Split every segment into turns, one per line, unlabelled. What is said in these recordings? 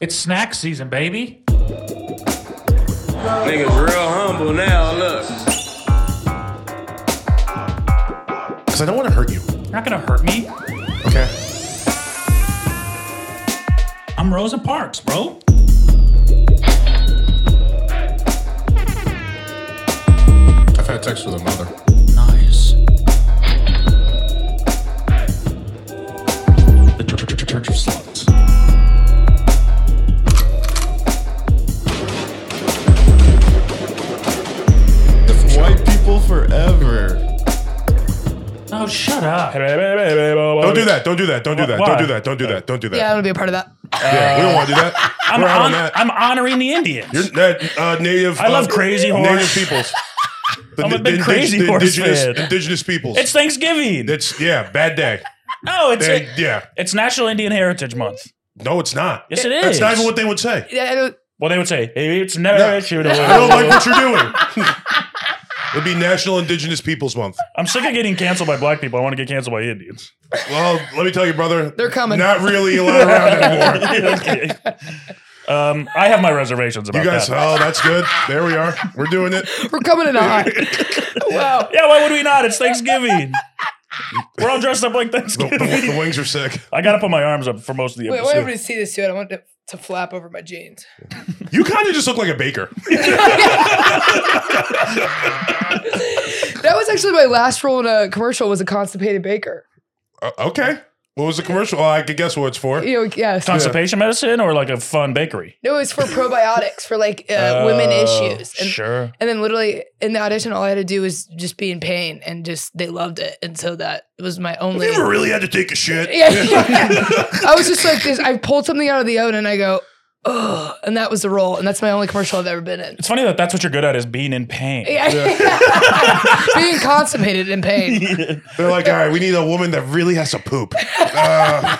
It's snack season, baby.
Niggas real humble now. Look.
Because I don't want to hurt you.
You're not gonna hurt me.
Okay.
I'm Rosa Parks, bro.
I've had sex with a mother.
Nice. The Church, church, church of Sluts.
Different
White people forever.
No, Oh, shut up.
Don't
Don't
do that. Don't do that. Don't do that.
Why?
Don't do that. Don't do that. Don't do that.
Yeah, I want to be a part of that.
Yeah, we don't want to do that.
I'm,
We're out on
hon-
that.
I'm honoring the Indians.
You're that uh, native.
I love
uh,
crazy
Native
horse.
peoples. The,
I'm a
the
big
indig-
crazy
the
horse
indigenous,
fan.
indigenous peoples.
it's Thanksgiving.
That's yeah, bad day.
no, it's
They- yeah,
it's National Indian Heritage Month.
no, it's not.
Yes, it is.
That's not even what they would say.
Yeah, I don't,
Well, they would say "Hey, it's never
Yeah.
issued
I don't like
away.
what you're doing. It'd be National Indigenous Peoples Month.
I'm sick of getting canceled by black people. I want to get canceled by Indians.
Well, let me tell you, brother.
They're coming.
Not really allowed around anymore.
Okay. Um, I have my reservations about
You guys,
that.
oh, that's good. There we are. We're doing it.
we're coming in hot. wow.
Yeah, why would we not? It's Thanksgiving. We're all dressed up like
The,
Thanksgiving.
the- the wings are sick.
I gotta put my arms up for most of the
Wait, I want
episode.
everybody to see this too. I don't want to, to flap over my jeans.
You kind of just look like a baker.
That was actually my last role in a commercial was a constipated baker.
Uh, okay. What was the commercial? Well, I could guess what it's for.
You know, yes.
Constipation medicine or like a fun bakery?
No, it was for probiotics for like uh, women
Oh,
issues. And,
sure.
and then literally in the audition, all I had to do was just be in pain and just they loved it. And so that was my only.
You ever really had to take a shit?
yeah, I was just like this. I pulled something out of the oven and I go, ugh. And that was the role. And that's my only commercial I've ever been in.
It's funny that that's what you're good at is being in pain.
Yeah. Being constipated in pain.
They're like, all right, we need a woman that really has to poop. Uh,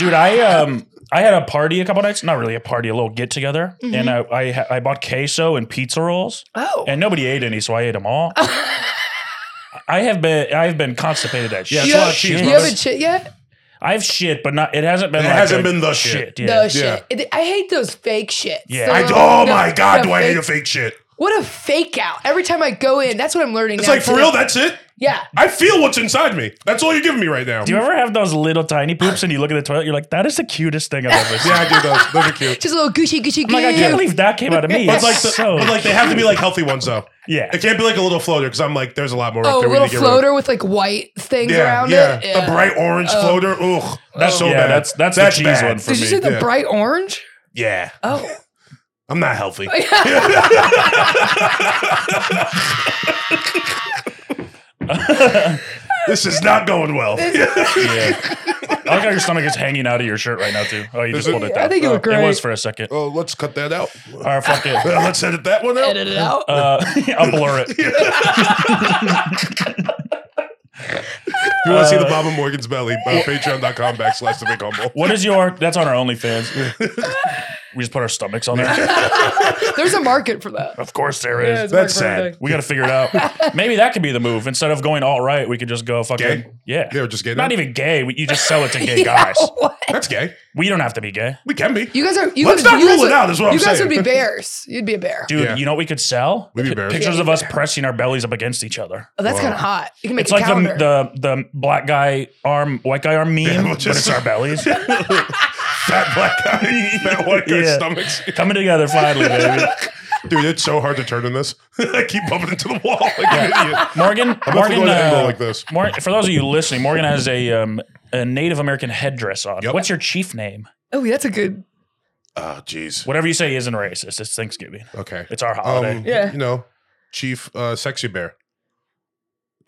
Dude, I um I had a party a couple nights, not really a party, a little get together, and I I, ha- I bought queso and pizza rolls,
Mm-hmm. Oh.
and nobody ate any, so I ate them all. I have been I've been constipated at shit.
Yeah, it's a lot of cheese,
you
brother.
haven't shit yet?
I have shit, but not it hasn't been
It
like
hasn't
a
been the shit.
Yeah.
The shit. It- I hate those fake shits.
Yeah.
They're
I,
like-
oh
the-
my God,
the
do I hate a
fake?
fake shit?
What a fake out. Every time I go in, that's what I'm learning
It's
now
like, for
today.
real, that's it?
Yeah.
I feel what's inside me. That's all you're giving me right now.
Do you ever have those little tiny poops and you look at the toilet, you're like, that is the cutest thing I've ever seen.
yeah, I do those. Those are cute.
Just a little Gucci, Gucci,
Oh
Gucci.
I'm like, I can't believe that came out of me.
But
It's
like,
like
the,
so
but like, they have to be like healthy ones though.
Yeah.
It can't be like a little floater because I'm like, there's a lot more.
Oh,
up
a
there.
little
need to get rid of.
floater with like white things
Yeah,
around
yeah,
it. Oh.
The bright orange floater. Ugh, that's so
yeah,
bad.
that's- that's the cheese one for
Did you say the
yeah.
bright orange?
Yeah,
Oh.
I'm not healthy. this is not going well.
yeah. I like how your stomach is hanging out of your shirt right now too. Oh, you just
it-
pulled it down.
I think it looked
It
great.
was for a second.
Oh, let's cut that out.
All right, fuck it.
Uh, let's edit that one out.
Edit it out.
Uh, I'll blur it.
If you want to see the Bob and Morgan's belly, uh, patreon.com backslash the big humble.
What is your? That's on our OnlyFans. we just put our stomachs on there.
There's a market for
Oh
that.
of course there is.
it's
That's
market for
sad.
everything.
we got to figure it out. Maybe that could be the move. Instead of going all right, we could just go fucking
Gay?
yeah.
Yeah, just gay
Not
now?
even gay. We, you just sell it to gay
Yeah,
guys.
what?
That's gay.
We don't have to be gay,
We can be.
You guys are. You
Let's
guys,
not
you
rule
guys
it
would-
out, is what I'm
You guys
saying.
would be bears. You'd be a bear.
dude.
Yeah.
You know what we could sell?
We'd be
Pi-
bears.
Pictures
Yeah,
of us pressing our bellies up against each other.
Oh, that's
Wow.
kind of hot. You can make
It's
a
like
calendar.
the, the the black guy arm, white guy arm meme,
we'll
but
just-
it's our bellies
Fat black guy, fat white guy
Yeah.
stomachs.
coming together finally, baby.
Dude, it's so hard to turn in this. I keep bumping into the wall like an idiot.
Morgan,
I'm about to
Morgan,
go at an angle
uh,
like this.
Mor- for those of you listening, Morgan has a um, a Native American headdress on.
Yep.
What's your chief name?
oh, that's a good.
Oh, jeez.
Whatever you say isn't racist. It's Thanksgiving.
Okay.
Ah, It's our holiday.
Um,
Yeah.
You know, Chief uh, Sexy Bear.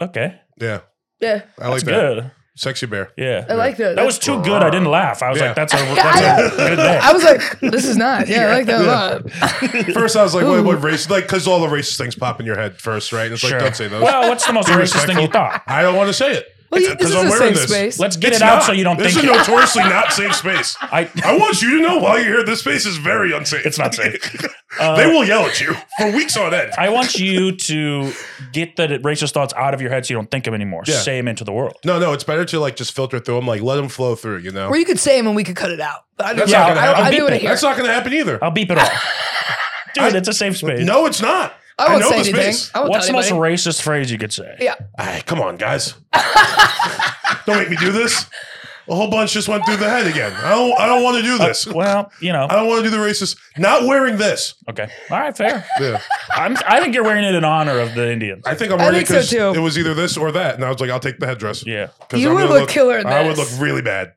okay,
Yeah,
Yeah,
I like
that's
that.
good.
Sexy Bear.
Yeah,
I like that.
that was too good. I didn't laugh. I was
Yeah.
like, that's a that's a good day.
I was like, this is not. Yeah, I like that a lot.
First, I was like, "What, what race?" Like, because all the racist things pop in your head first, right? And it's
Sure.
like, "Don't say those."
Well, what's the most
Be
racist thing you
respectful.
thought?
I don't want to say it.
Well, you- this
'cause
is
I'm
a
wearing
safe
this.
space.
Let's get it
It's
out
not.
so you don't
This
think.
is a notoriously not safe space.
I
I want you to know while you're here, this space is very unsafe.
It's not safe. Uh,
they will yell at you for weeks on end.
I want you to get the racist thoughts out of your head so you don't think them anymore.
Yeah.
Say them into the world.
No, no, it's better to like just filter through them, like let them flow through. You know,
Or you could say them and we could cut it out. But I don't,
That's
yeah,
not gonna
I don't,
happen.
I do want to hear.
that's not going to happen either.
Oh.
I'll beep it off. Dude, it's a safe space.
No, it's not.
I won't
know
say
the
anything.
space.
I won't
What's the
tell
most
anybody.
racist phrase you could say?
Yeah.
Ah, come on, guys. don't make me do this. A whole bunch just went through the head again. I don't. I don't want to do
Uh,
this.
Well, you know.
I don't want to do the racist. Not wearing this.
Okay. All right, fair.
Yeah,
I'm, I think you're wearing it in honor of the Indians.
I think I'm
I
ready
think so,
because
too.
it was either this or that, and I was like, I'll take the headdress.
Yeah.
'Cause
You
I'm
would
gonna
look killer in
I would look
this.
really bad.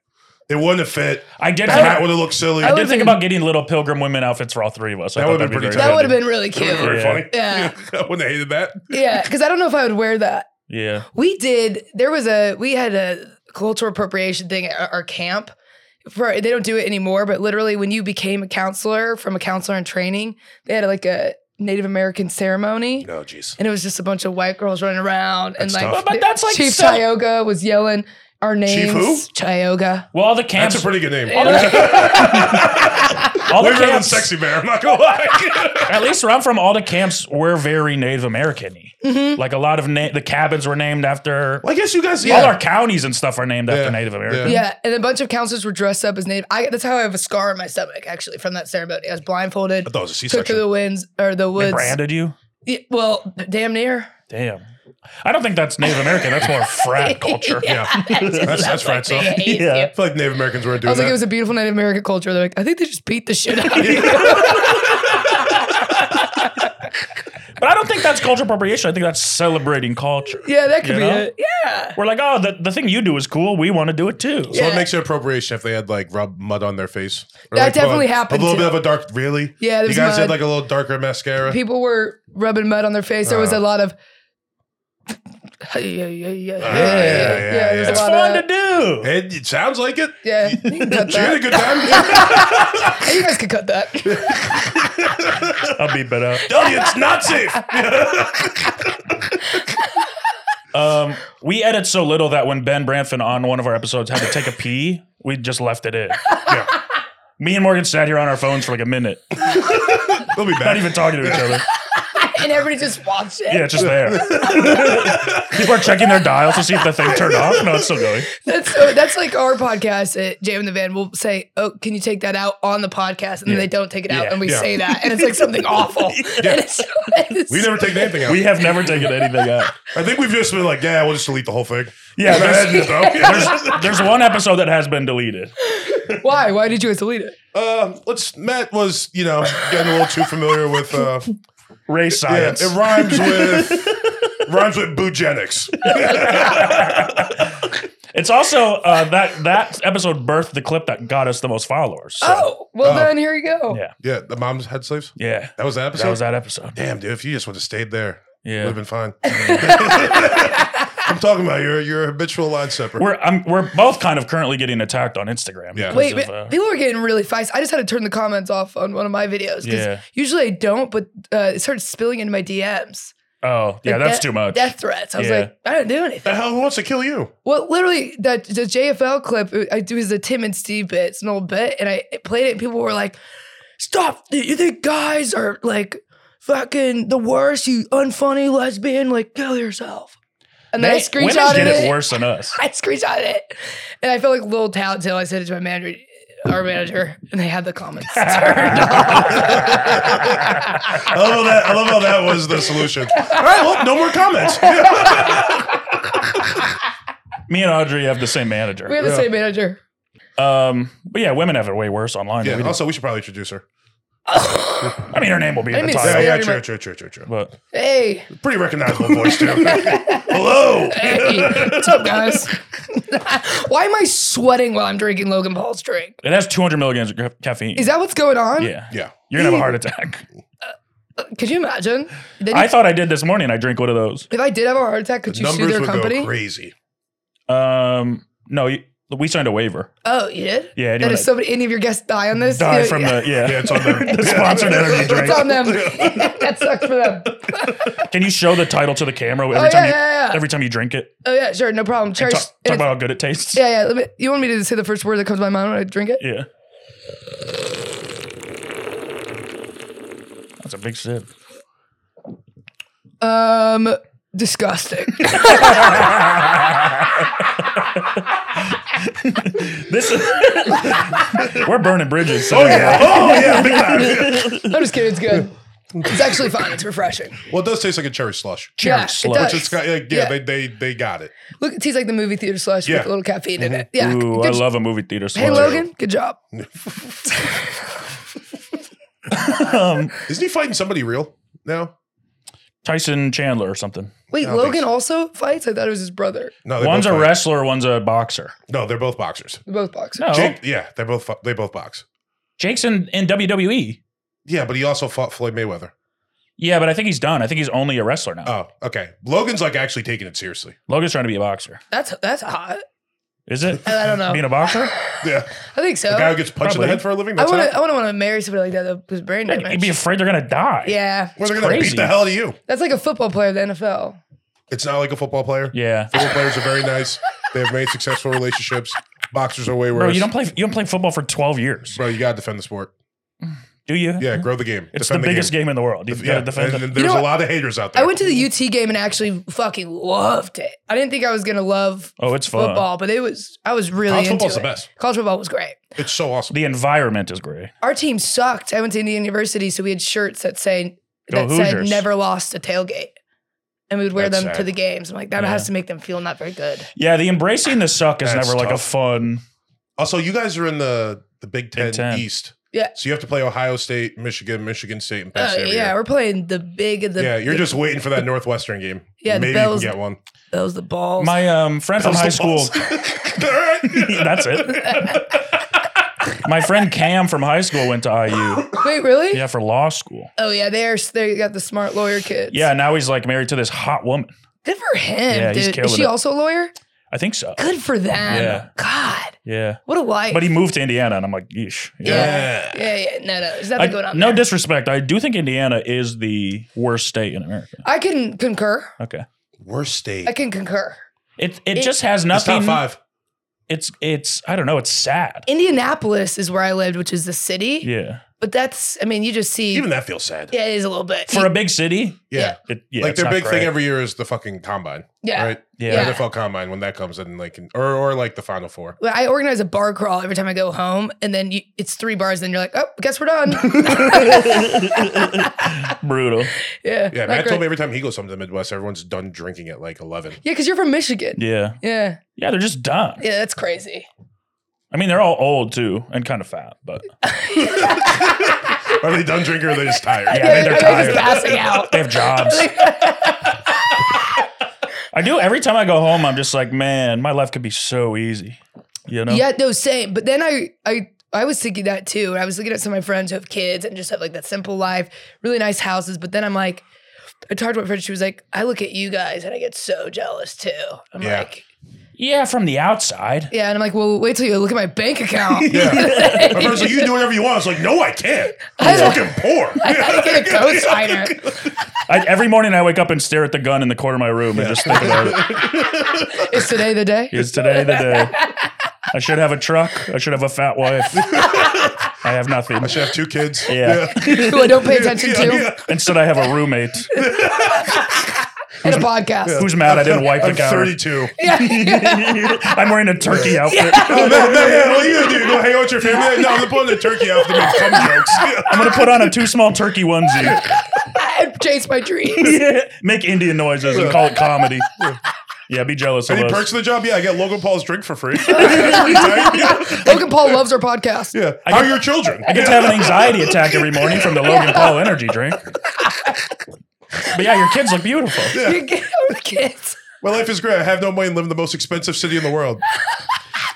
It wouldn't have fit.
I did
The
think-
hat would have looked silly.
I
would've
did think
been-
about getting little pilgrim women outfits for all three of us. I
That
thought
would've
that'd
been
be
pretty
very
That
tight.
would have been really
It would've been
cute.
very funny.
Yeah.
I wouldn't have hated that.
Yeah. Because I don't know if I would wear that.
good. Yeah.
We did. There was a. We had a cultural appropriation thing at our- our camp. For they don't do it anymore, but literally, when you became a counselor from a counselor in training, they had like a Native American ceremony,
No, jeez.
and it was just a bunch of white girls running around and
That's
like.
tough.
But that's like
Chief
so-
Tioga was yelling our names.
who?
Tioga.
Well, all the
That's
camps,
a pretty good name.
And, like,
all the
Way better than
camps,
Sexy Bear. I'm not gonna lie.
at least where I'm from, all the camps were very Native American Like a lot of na- the cabins were named after.
well, I guess you guys.
All
Yeah.
our counties and stuff are named
Yeah.
after Native American.
Yeah.
yeah, and a bunch of counselors were dressed up as Native. I, that's how I have a scar on my stomach actually from that ceremony. I was blindfolded,
I thought it was a
took to
C-section.
the winds or the
They
woods.
branded you.
Yeah, well, damn near.
Damn. I don't think that's Native American. That's more frat culture.
Yeah. That's, that's right. So I
Yeah.
feel like Native Americans weren't
I
doing
was like, it
that.
was a beautiful Native American culture. They're like, I think they just beat the shit out of you.
But I don't think that's cultural appropriation. I think that's celebrating culture.
yeah, that could
You
be
know?
it. Yeah.
We're like, oh, the, the thing you do is cool. We want to do it too.
so
Yeah.
it makes it appropriation if they had like rub mud on their face. Or,
That
like,
definitely
mud.
happened,
A little
too.
bit of a dark, really.
Yeah, there
you
was
guys
mud.
had like a little darker mascara.
People were rubbing mud on their face. There was
Uh.
a lot of. Yeah, yeah, yeah, yeah,
Ah, yeah,
yeah.
yeah,
There was
yeah.
a
It's
lot
fun
of-
to do.
It, it sounds like it.
Yeah, you can cut
You had a good
that.
time.
Hey, You guys could cut that.
I'll beep it up.
Tell you, it's not safe.
Um, we edit so little that when Ben Branfin on one of our episodes had to take a pee, we just left it in.
yeah.
Me and Morgan sat here on our phones for like a minute,
They'll be
not
back.
even talking to each other.
and everybody just watched it.
Yeah, it's just there. People are checking their dials to see if the thing turned off. No, it's still going.
That's so, that's like our podcast at Jam in the Van. We'll say, "Oh, can you take that out on the podcast?" And then
Yeah.
they don't take it out,
Yeah.
and we
Yeah.
say that, and it's like something awful. And it's- it's-
We never take anything out.
We have never taken anything out.
I think we've just been like, yeah, we'll just delete the whole thing.
Yeah,
Imagine
there's,
it, though.
there's one episode that has been deleted.
Why? Why did you guys delete it?
Uh, let's. Matt was, you know, getting a little too familiar with. Uh,
Race
yeah,
science.
it rhymes with. rhymes with boogenics.
It's also uh, that that episode birthed the clip that got us the most followers. So,
Oh, well
Oh.
then here you go.
Yeah.
Yeah, the mom's head sleeves.
yeah,
That was that episode.
that was that episode.
Damn, dude, if you just would have stayed there,
Yeah.
would have been fine. I'm talking about you're you're a habitual line stepper.
We're I'm, we're both kind of currently getting attacked on Instagram.
Yeah.
because
Wait,
of,
but
uh,
people were getting really feisty. I just had to turn the comments off on one of my videos because
Yeah.
usually I don't, but uh, it started spilling into my DMs.
oh yeah, that's
Like death-
too much.
Death threats. I was
Yeah.
like, I didn't do anything.
the hell who wants to kill you?
Well, literally, that the JFL clip I do is a Tim and Steve bit. It's an old bit, and I played it. and People were like, "Stop! You think guys are like fucking the worst? You unfunny lesbian! Like kill yourself!" And then I
They- women
screenshotted
did
it.
it worse than us.
I screenshotted it, and I felt like Lil Tout till I said it to my manager, our manager, and they had the comments turned off.
I love that. I love how that was the solution. All right, well, no more comments.
Me and Audrey have the same manager.
we had the
Yeah.
same manager.
Um, but yeah, women have it way worse online. than
yeah.
we do.
Also, we should probably introduce her.
I mean, her name will be
I
in the
mean,
title.
Yeah,
Sorry,
yeah,
I'm
true,
right.
true, true, true, true.
But
Hey,
Pretty recognizable voice too. Hello.
hey, what's up, guys? Why am I sweating while I'm drinking Logan Paul's drink?
it has 200 milligrams of ca- caffeine.
Is that what's going on?
yeah.
Yeah.
You're gonna have a heart attack.
Could you imagine? Then
I thought I did this morning. I drank one of those.
if I did have a heart attack, could you sue
Numbers
their
would go
company?
crazy.
Um, no, you, We signed a waiver.
Oh, you did?
Yeah,
That
anyone
if
that
somebody, any of your guests die on this,
die
you-
from the yeah.
Yeah, it's on there.
the sponsored energy drink.
it's on them. that sucks for them.
Can you show the title to the camera every
Oh yeah,
time you
yeah, yeah.
every time you drink it?
oh yeah, sure, no problem.
And
Cherish.
talk, talk about how good it tastes.
yeah, yeah. Let me, you want me to say the first word that comes to my mind when I drink it?
Yeah. That's a big sip.
Um, disgusting.
This is we're burning bridges. So
Oh yeah. Oh yeah. Big time.
I'm just kidding. It's good. It's actually fun. It's refreshing.
Well, it does taste like a cherry slush.
Cherry
yeah,
slush.
It does.
It's got like yeah,
Yeah.
They, they they got it.
Look, it tastes like the movie theater slush
Yeah.
with a little caffeine in it. Yeah.
Mm-hmm. Ooh,
good
I
j-
love a movie theater.
Hey
swallow.
Logan, good job.
Isn't he fighting somebody real now?
Tyson Chandler or something.
Wait,
don't think
Logan
so.
also fights. I thought it was his brother.
No, they
one's
both
a
fight.
wrestler, one's a boxer.
No, they're both boxers.
They're both boxers.
No,
Jake, yeah, they both fu- they both box.
Jake's in, in E. WWE.
Yeah, but he also fought Floyd Mayweather.
Yeah, but I think he's done. I think he's only a wrestler now.
Oh, okay. Logan's like actually taking it seriously.
Logan's trying to be a boxer.
That's that's hot.
Is it?
I don't know.
Being a boxer?
Yeah,
I think so.
the guy who gets punched in
Probably.
the head for a living.
Oh, I oh,
That's
want
how.
to. I want to want to marry somebody like that though, who's brain
Man, You'd be
damaged.
afraid they're gonna die.
Yeah,
Well, they're gonna
crazy.
beat the hell out of you.
that's like a football player of the NFL.
It's not like a football player.
Yeah.
Football players are very nice. They have made successful relationships. Boxers are way worse.
Bro, you don't play you don't play football for twelve years.
Bro, you gotta defend the sport.
Do you?
Yeah, grow the game.
It's
defend
the biggest game. in the world. You've
Yeah,
got to defend
and
it.
there's
know
a
what?
lot of haters out there.
I went to the UT game and actually fucking loved it. I didn't think I was gonna love
Oh, it's fun.
football, but it was. I was really
College
into
football's
it.
the best.
College football was great.
It's so awesome.
The environment is great.
Our team sucked. I went to Indiana University, so we had shirts that say
Go
that said
Hoosiers.
"Never lost a tailgate," and we would wear
That's
them to
sad.
the games. I'm like, that
Yeah.
has to make them feel not very good.
Yeah, the embracing the suck is
That's
never like a
tough.
fun.
Also, you guys are in the the Big Ten,
Big Ten.
East.
Yeah.
So you have to play Ohio State, Michigan, Michigan State, and Penn
Oh
State. every
yeah,
year.
we're playing the big of the
yeah. You're
the-
just waiting for that Northwestern game.
Yeah, the
Maybe
Bills-
you can get one.
that was the balls.
My um, friend from high school.
All right.
that's it. My friend Cam from high school went to IU.
Wait, really?
Yeah, for law school.
Oh yeah, they're they got the smart lawyer kids.
Yeah, now he's like married to this hot woman.
good for him,
Yeah, he's
dude. Is
killing
she
it.
also a lawyer?
I think so.
Good for them.
Yeah.
God,
Yeah,
what a life.
but he moved to Indiana, and I'm like, yeesh. Yeah.
yeah. yeah, yeah, no, no, there's nothing
I-
going on.
no
there.
disrespect. I do think Indiana is the worst state in America.
I can concur.
Okay.
Worst state.
I can concur.
It, it,
It-
just has
It's
nothing.
top five.
It's it's I don't know. It's sad.
Indianapolis is where I lived, which is the city.
Yeah.
But that's, I mean, you just see.
Even that feels sad.
yeah, it is a little bit.
For a big city.
Yeah.
It, yeah
like
it's
their
not
big
great.
thing every year is the fucking combine,
yeah.
right?
Yeah.
Yeah.
The NFL combine when that comes in, like, or or like the Final Four.
Well, I organize a bar crawl every time I go home, and then you, it's three bars, and you're like, oh, guess we're done.
Brutal.
yeah.
Yeah,
not
Matt
great.
told me every time he goes home to the Midwest, everyone's done drinking at like eleven.
Yeah, because you're from Michigan.
Yeah.
Yeah.
Yeah, they're just dumb.
Yeah, that's crazy.
I mean, they're all old too and kind of fat, but
Are they done drinking? or Are they just tired?
Yeah, I think they're
I think
tired.
it's passing out.
They have jobs. I do every time I go home, I'm just like, man, my life could be so easy. You know?
Yeah, no, same. But then I, I, I was thinking that too. I was looking at some of my friends who have kids and just have like that simple life, really nice houses. But then I'm like, I talked to my friend. She was like, I look at you guys and I get so jealous too. I'm
Yeah.
like,
Yeah, from the outside.
yeah, and I'm like, well, wait till you look at my bank account.
Yeah. My friend's like, you can do whatever you want. It's like, no, I can't. I'm fucking poor.
I get a co-signer.
I, every morning I wake up and stare at the gun in the corner of my room and just think about it.
Is today the day?
Is today the day? I should have a truck. I should have a fat wife. I have nothing.
I should have two kids.
Yeah.
Who I don't pay attention to
Yeah,
Instead, I have a roommate
in a podcast.
who's mad I didn't wipe the
I'm
counter.
32.
Yeah.
I'm wearing a turkey outfit.
Oh, man, man, man, what are you gonna do? Go hang out with your family? No, I'm gonna put on the turkey outfit and make cum jokes.
I'm gonna put on a too small turkey onesie.
I chase my dreams.
make Indian noises and call it comedy. Yeah, be jealous of
Any
us.
perks of the job? Yeah, I get Logan Paul's drink for free. yeah.
Logan Paul loves our podcast.
How are your children?
I get to have an anxiety attack every morning from the Logan Paul energy drink. But yeah, your kids look beautiful.
You get our kids.
My life is great. I have no money and live in the most expensive city in the world.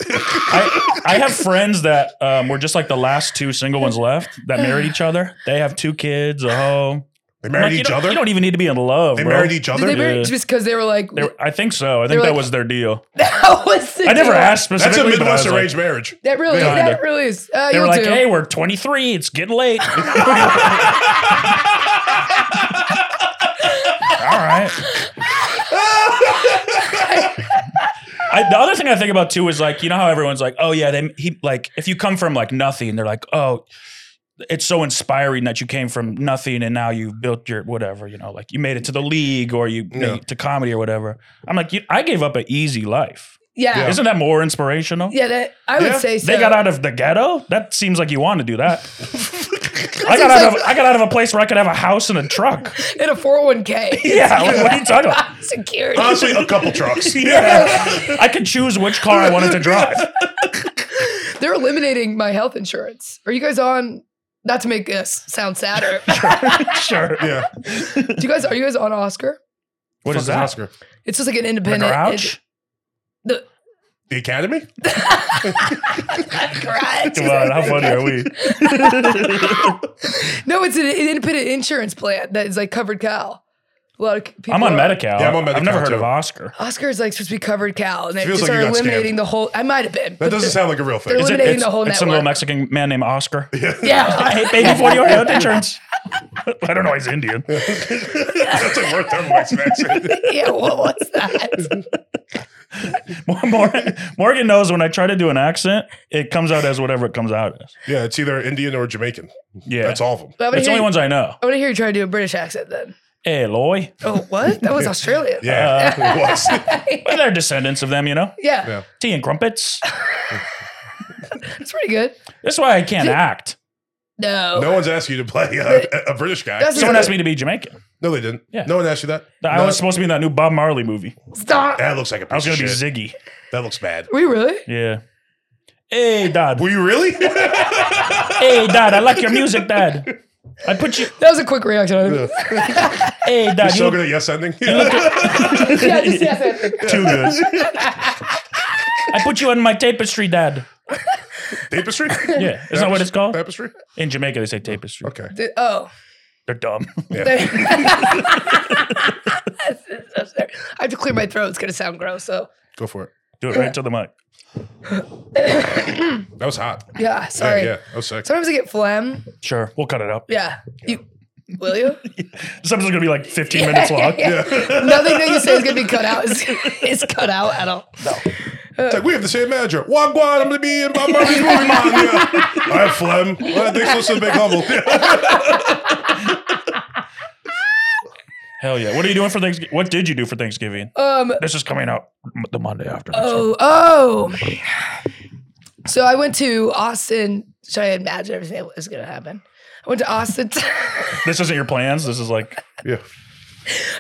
I, I have friends that um, were just like the last two single ones left that married each other. They have two kids, a home.
They married
Like, you
each
don't-
other.
You don't even need to be in love.
They
bro.
married each
Did
other.
they marry
Yeah.
just because they were like
They were- I think so. I
They
think
were
that
like-
was their deal.
that was the
I never
deal.
asked
That's a
specifically. but I was
Midwest
like-
arranged marriage.
That really,
Kinda.
that really is. Uh,
They
you'll
were like,
do.
"Hey, we're 23. It's getting late." All right. I, the other thing I think about too is like you know how everyone's like, "Oh yeah, they he like if you come from like nothing, they're like, oh." It's so inspiring that you came from nothing and now you've built your whatever, you know, like you made it to the league or you made
Yeah.
it to comedy or whatever. I'm like, you, I gave up an easy life.
yeah, yeah.
Isn't that more inspirational?
that, I would
Yeah.
say so.
They got out of the ghetto. That seems like you want to do that. I
seems
got out
like-
of I got out of a place where I could have a house and a truck.
in a four hundred one k.
Yeah, like, what are you talking about?
Security.
Honestly, a couple trucks.
Yeah, I could choose which car I wanted to drive.
They're eliminating my health insurance. Are you guys on? Not to make this sound sadder.
Sure.
Yeah.
do you guys? Are you guys on Oscar?
What is
Fucking
that?
Oscar?
It's just like an
The
independent.
Grouch?
The
The Academy?
garage.
Come on, how funny are we?
No, it's an, an independent insurance plan that is like covered cow. A lot of people.
I'm on
are-
Medi-Cal.
Yeah, I'm on
I've never
Medi-Cal
heard
too.
of Oscar.
Oscar is like supposed to be covered cow, and they
Feels
just
like
are
you got
eliminating
scammed.
the whole. I might have been.
That
but
doesn't
the-
sound like a real thing.
they're
Is it,
eliminating
it's,
the whole
it's some little
network.
Mexican man named Oscar.
Yeah.
Hey, baby, what do you have insurance? I don't know. He's Indian.
That's a worth of West accent.
yeah, what was that?
Morgan, Morgan knows when I try to do an accent, it comes out as whatever it comes out as.
Yeah, it's either Indian or Jamaican.
Yeah,
That's all of them.
I want to
It's the
hear,
only ones I know.
I wanna hear you try to do a British accent then.
Hey, Loy.
Oh, what? That was Australian.
Yeah,
Uh,
it was.
Well, they're descendants of them, you know.
Yeah,
Yeah.
Tea and crumpets.
that's pretty good.
That's why I can't act.
No.
No one's asked you to play uh, a, a British guy.
That's-
Someone asked me to be Jamaican.
no, they didn't.
Yeah.
No one asked you that.
I
No.
was supposed to be in that new Bob Marley movie.
Stop.
that looks like a piece
I was going to
of
be
shit.
Ziggy.
that looks bad.
Were you really?
Yeah. Hey, Dad.
Were you really?
Hey, Dad. I like your music, Dad. I put you.
That was a quick reaction.
Hey, Dad.
so
you
good at yes ending. Yeah.
yeah, just yes, yes.
Too good.
I put you on my tapestry, Dad.
Tapestry?
Yeah. Isn't that what it's called?
Tapestry?
In Jamaica, they say tapestry.
Okay.
Did- Oh.
They're dumb.
I'm sorry. I have to clear my throat. It's going to sound gross. So,
Go for it.
Do it right to the mic.
That was hot.
yeah,
Yeah,
sorry.
yeah. That was sick.
Sometimes I get phlegm.
Sure. We'll cut it out.
Yeah. You, will you?
This episode's going to be like 15 minutes long.
Nothing that you say is going to be cut out is, is cut out at all.
It's like, we have the same manager. Wagwan, I'm going to be in Bob Marley's movie, man. Yeah. I have phlegm. Well, thanks for listening to Big Humble.
Hell yeah. What are you doing for Thanksgiving? What did you do for Thanksgiving?
Um,
this is coming out m- the Monday after.
Oh, oh. So I went to Austin. Should I imagine everything that was going to happen? I went to Austin.
This isn't your plans. This is like
Yeah.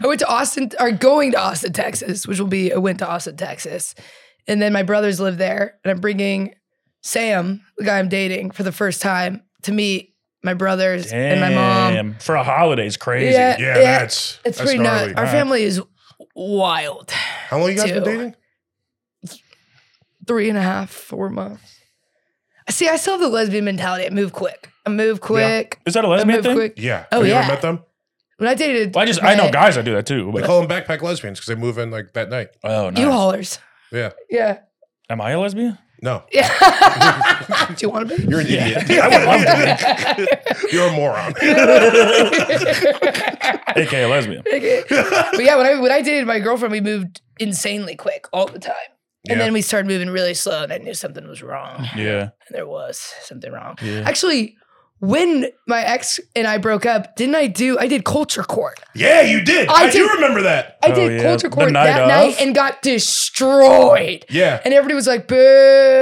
I went to Austin, or going to Austin, Texas, which will be, I went to Austin, Texas. And then my brothers live there. And I'm bringing Sam, the guy I'm dating, for the first time to meet my brothers and my mom.
Damn, For a holiday is crazy.
Yeah,
Yeah, that's
It's
that's
pretty nuts.
gnarly.
Our
Wow.
family is wild.
How long you guys been
Two.
dating?
Three and a half, four months. See, I still have the lesbian mentality. I move quick. I move quick.
Is that a
I
lesbian
move
thing?
quick.
Yeah.
Oh,
have you
yeah.
ever met them?
When I dated,
Well, I just I know
my
guys that do that too.
They
But,
call them backpack lesbians because they move in like that night.
oh no.
U-haulers.
Yeah.
Yeah,
Am I a lesbian?
No.
yeah. Do you want to be?
You're an idiot.
I would love to
You're a moron.
be. AKA lesbian.
Okay. but yeah, when I when I dated my girlfriend, we moved insanely quick all the time, and
Yeah.
then we started moving really slow, and I knew something was wrong.
Yeah.
And there was something wrong.
Yeah.
Actually, when my ex and I broke up, didn't I do? I did culture court.
yeah, you did.
I
I, do
did-
remember that.
I
Oh,
did
yeah.
culture
The
court
night
that
of?
night and got destroyed.
Yeah.
And everybody was like, "Boo!"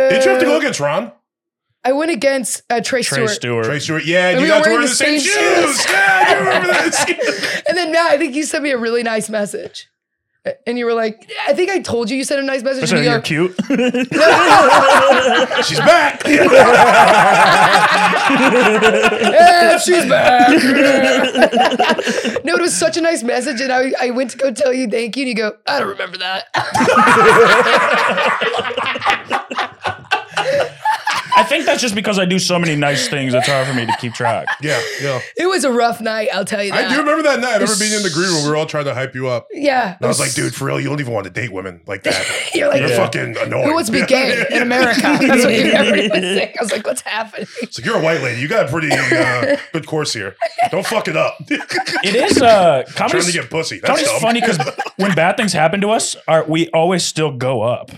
Did you have to go against Ron?
I went against uh, Trey,
Trey
Stewart.
Stewart.
Trey Stewart. Yeah, and
And
you
we were
guys were
wearing
in the same shoes. Yeah, I do remember that.
And then Matt, I think you sent me a really nice message. And you were like, I think I told you you sent a nice message.
So
and you
you're
go,
cute.
She's back.
"Yeah, she's back. no, it was such a nice message. And I, I went to go tell you thank you. And you go, I don't remember that.
I think that's just because I do so many nice things. It's hard for me to keep track.
Yeah, yeah.
It was a rough night, I'll tell you that.
I do remember that night. I remember being in the green room. We were all trying to hype you up.
Yeah.
And I was like, dude, for real, you don't even want to date women like that.
You're like,
You're
Yeah.
fucking annoying.
who wants to be
Yeah,
gay
yeah, yeah.
in America? That's what everybody was saying. I was like, what's happening?
It's like, you're a white lady. You got a pretty uh, good course here. Don't fuck it up.
It is uh,
trying
comedy's,
to get pussy. That's
comedy's
dumb.
funny because when bad things happen to us, are we always still go up?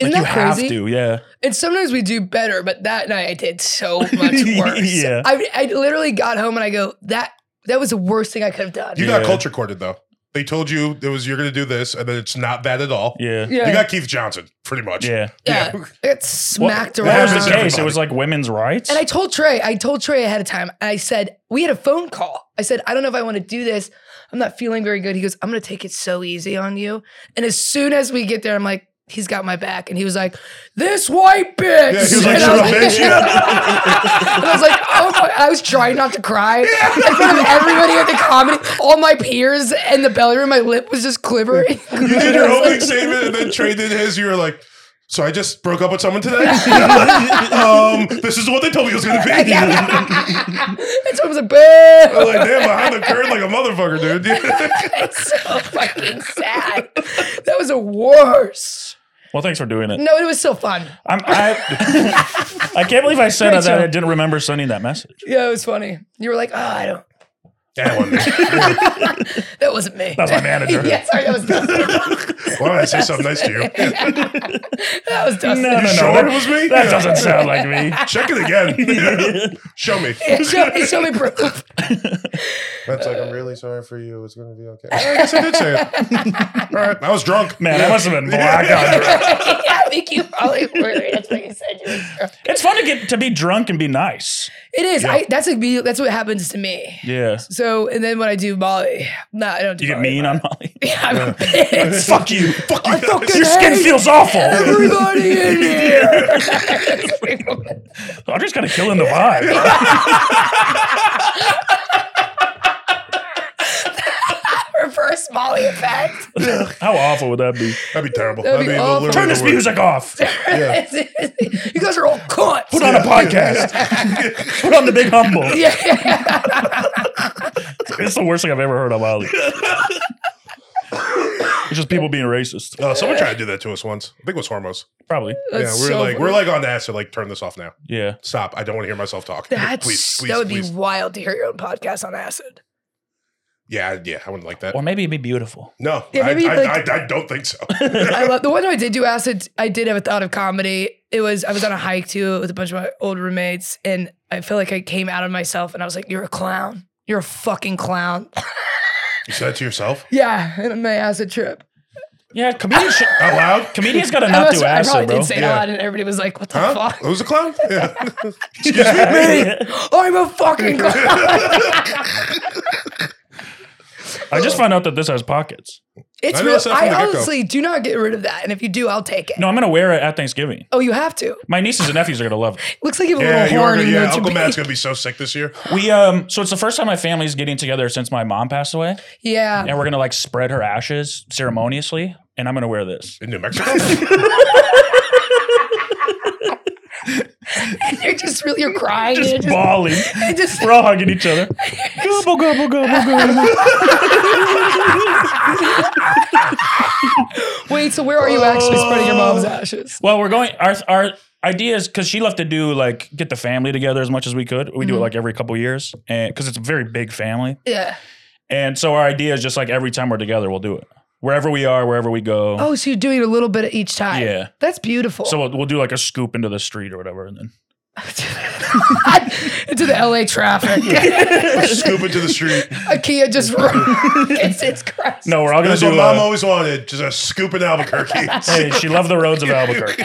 Isn't
like you
that
have
crazy?
to, yeah.
And sometimes we do better, but that night I did so much worse.
Yeah.
I, I literally got home and I go, that that was the worst thing I could have done.
You got
Yeah.
culture corded though. They told you it was you're going to do this, and then it's not that at all.
Yeah.
yeah.
You got Keith Johnson, pretty much.
Yeah.
yeah.
yeah.
I got smacked
Well,
around.
That was the
around.
case. It was like women's rights.
And I told Trey, I told Trey ahead of time. And I said, we had a phone call. I said, I don't know if I want to do this. I'm not feeling very good. He goes, I'm going to take it so easy on you. And as soon as we get there, I'm like, he's got my back. And he was like, this white
Yeah,
bitch.
he was like,
and,
"Shut
I
up, bitch."
and I was like, oh my, I was trying not to cry in front of everybody at the comedy, all my peers in the belly room. My lip was just quivering.
You did your opening statement, and then Trey did his. You were like, "So I just broke up with someone today. um, this is what they told me it was going to be."
and so I was like, boo.
I'm like, damn, behind the curtain like a motherfucker, dude.
It's so fucking sad. That was the worst.
well, thanks for doing it.
No, it was still fun.
I'm, I, I can't believe I said
Great
that I
show.
didn't remember sending that message.
Yeah, it was funny. You were like, oh, I don't.
That one.
That wasn't me.
That was my manager.
yeah, sorry, that was Dustin.
Why don't I say something nice to you?
That was Dustin.
No, no,
You
no.
sure
that-
it was me?
That
Yeah.
doesn't sound like me.
Check it again. Show me.
Show, hey, show me proof.
That's like, I'm really sorry for you. It's going to be okay. I guess I did say it. All right. I was drunk.
Man, I must have been black on drugs.
yeah, I think you probably were. That's what you said. You were drunk.
It's fun to get to be drunk and be nice.
It is. I, that's like me. That's what happens to me.
Yeah.
So, and then when I do Molly, no, I don't do
You get
Molly.
mean on Molly.
Yeah, I'm a bitch.
Fuck you. Fuck you.
I fucking
Your skin
hate
feels awful.
Everybody in here.
I'm just kind of killing the vibe.
Reverse Molly effect.
How awful would that be?
That'd be terrible.
That'd be
the-
awful.
literally
Turn
the
this
worst.
music off.
you guys are all cunts.
Put on a podcast. Put on the big humble.
yeah.
It's the worst thing I've ever heard on Molly. It's just people being racist.
Uh, someone tried to do that to us once. I think it was Hormos.
Probably.
Yeah,
Eh. That's
we were
so
like,
funny.
we're like on acid. Like, turn this off now.
Yeah.
Stop. I don't want to hear myself talk.
That's
please, please,
that would
please.
be wild to hear your own podcast on acid.
Yeah, yeah. I wouldn't like that.
Or maybe it'd be beautiful.
No,
Yeah,
I,
maybe,
I,
like-
I, I don't think so.
I love the one time I did do acid. I did have a thought of comedy. It was I was on a hike too with a bunch of my old roommates, and I feel like I came out of myself, and I was like, "You're a clown. You're a fucking clown."
you said it to yourself
yeah, and on my acid trip.
Yeah, comedians should,
out loud.
comedians gotta
I,
not
must-
do
I probably
acid, bro.
did say it
Yeah.
out, and everybody was like, "What the
Huh?
fuck? Oh,
Who's a clown? Yeah.
I'm a fucking clown."
I just found out that this has pockets.
It's
I know
real.
that from the
I
get-go.
honestly do not get rid of that, and if you do, I'll take it.
No, I'm gonna wear it at Thanksgiving.
Oh, you have to.
My nieces and nephews are gonna love it.
Looks like you have a
yeah,
little
you are,
horn.
gonna- yeah.
in your
Uncle
Jamaican-
Matt's gonna be so sick this year.
We um, so it's the first time my family's getting together since my mom passed away,
Yeah.
and we're gonna like spread her ashes ceremoniously, and I'm gonna wear this.
In New Mexico? Just
You're just really you're crying. You're
Just
just-
bawling.
it just-
We're all hugging each other. Gobble gobble gobble gobble.
wait, so where are you actually spreading your mom's ashes?
Well, we're going. Our our idea is because she left to do like get the family together as much as we could. We do it like every couple years, and because it's a very big family,
Yeah.
and so our idea is just like every time we're together, we'll do it wherever we are, wherever we go.
Oh, so you're doing a little bit each time.
Yeah.
That's beautiful.
So we'll, we'll do like a scoop into the street or whatever, and then
into the LA traffic.
Scoop into the street.
IKEA just rockets its crust.
no, we're all gonna
That's
do.
what mom
uh,
always wanted. Just a scoop in Albuquerque.
hey, she loved the roads of Albuquerque.